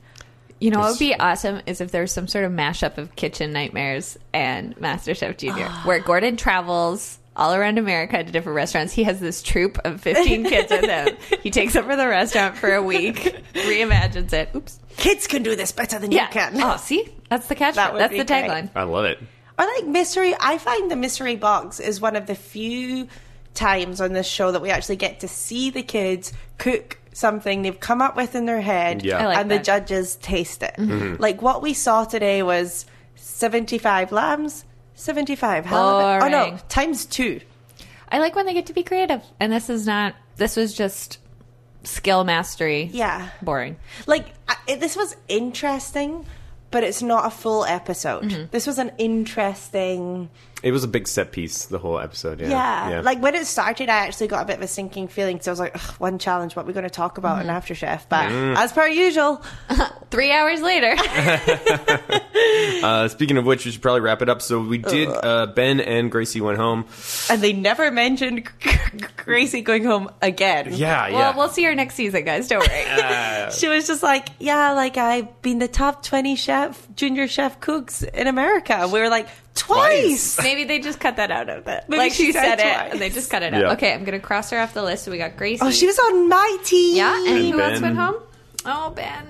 S3: You know what would be awesome is if there was some sort of mashup of Kitchen Nightmares and MasterChef
S4: <gasps>
S3: Junior, where Gordon travels all around America to different restaurants. He has this troop of 15 kids with him. He takes over the restaurant for a week, reimagines it. Oops.
S4: Kids can do this better than
S3: Yeah.
S4: you can.
S3: Oh, see? That's the catch.
S4: That would
S3: That's
S4: be
S3: the
S4: great.
S3: tagline.
S2: I love it.
S4: I like mystery. I find the mystery box is one of the few times on this show that we actually get to see the kids cook something they've come up with in their head,
S2: Yeah. I
S3: like
S4: and
S3: that. Mm-hmm.
S4: the judges taste it. Like what we saw today was seventy-five lambs, seventy-five. Halibut. Oh no,
S3: Boring.
S4: times two.
S3: I like when they get to be creative. And this is not, this was just skill mastery.
S4: Yeah,
S3: Boring.
S4: like I, it, this was interesting. But it's not a full episode. This was an interesting
S2: It was a big set piece. The whole episode. Yeah.
S4: Yeah. Like when it started, I actually got a bit of a sinking feeling because I was like, Ugh, one challenge, what are we going to talk about in After Chef? But as per usual,
S3: Three hours later.
S2: Uh, speaking of which, we should probably wrap it up. So we did. Uh, ben and Gracie went home.
S4: and they never mentioned <laughs> Gracie going home again.
S2: Yeah. Uh,
S3: Well, we'll see her next season, guys. Don't worry.
S4: She was just like, yeah, like I've been the top 20 chef, junior chef cooks in America. And we were like, twice.
S3: Maybe they just cut that out of it.
S4: Maybe
S3: like she,
S4: she
S3: said,
S4: said
S3: it,
S4: twice.
S3: and they just cut it out.
S2: Yeah.
S3: Okay, I'm gonna cross her off the list. So we got Gracie.
S4: Oh, she was on my team.
S3: yeah. And,
S2: And
S3: who else
S2: Ben.
S3: went home? Oh, Ben.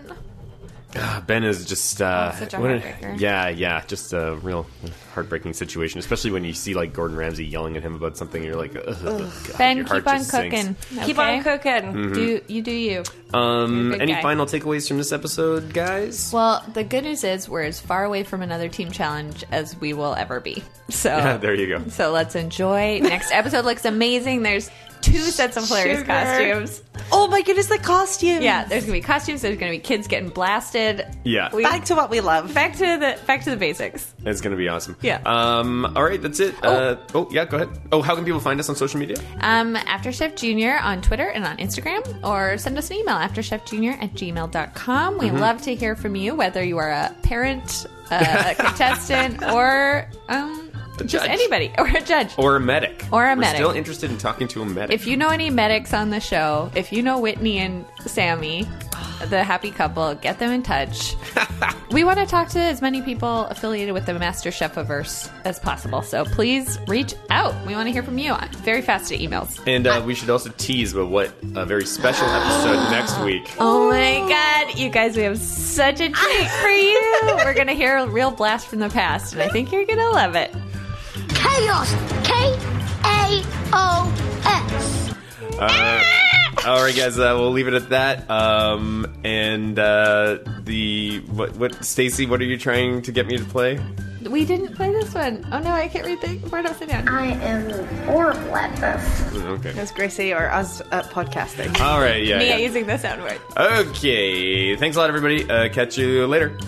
S2: Ah, Ben is just
S3: Oh,
S2: uh,
S4: such a
S2: what a-
S4: heartbreaker.
S2: yeah, yeah, just a real heartbreaking situation, especially when you see like Gordon Ramsay yelling at him about something. You're like, Ugh, God,
S3: Ben,
S2: your heart
S3: keep on
S2: just sinks.
S3: cooking.
S4: Keep
S3: okay?
S4: on cooking.
S3: Do you do you?
S2: Um,
S3: Good
S2: any
S3: guy.
S2: final takeaways from this episode, guys?
S3: Well, the good news is we're as far away from another team challenge as we will ever be. So
S2: <laughs> there you go.
S3: So let's enjoy. Next episode looks amazing. There's two sets of hilarious
S4: Sugar.
S3: costumes.
S4: Oh my goodness, the costume.
S3: Yeah, there's gonna be costumes. There's gonna be kids getting blasted.
S2: Yeah,
S3: We-
S4: Back to what we love.
S3: Back to the back to the basics.
S2: it's gonna be awesome.
S3: Yeah.
S2: Um. All right, that's it. Oh. Uh, oh, yeah. Go ahead. Oh, how can people find us on social media?
S3: Um, After Chef Junior on Twitter and on Instagram, or send us an email afterchefjunior at gmail.com.
S2: Mm-hmm.
S3: We love to hear from you, whether you are a parent,
S2: <laughs>
S3: a contestant, or um, just
S2: judge.
S3: anybody, or a judge.
S2: Or a medic.
S3: Or a
S2: We're
S3: medic.
S2: Still interested in talking to a medic.
S3: If you know any medics on the show, if you know Whitney and Sammy, the happy couple, get them
S2: <laughs>
S3: in touch. we want to talk to as many people affiliated with the Master Chef Averse as possible. So please reach out. We want to hear from you. Very fast to emails.
S2: and uh, we should also tease about what a very special episode next week.
S3: Oh my God, you guys, we have such a treat for you. We're going to hear a real blast from the past, and I think you're going to love it.
S7: Chaos. K A O S.
S3: Oh.
S2: Uh, all right, guys. Uh, we'll leave it at that. Um, and uh, the what? What? Stacy, what are you trying to get me to play?
S3: We didn't play this one. Oh no, I can't read the board upside down.
S7: I am horrible at this.
S2: Okay.
S4: As Gracie or us at podcasting.
S2: All right. Yeah. yeah.
S3: Yeah, using the sound word.
S2: Okay. Thanks a lot, everybody. Uh, catch you later.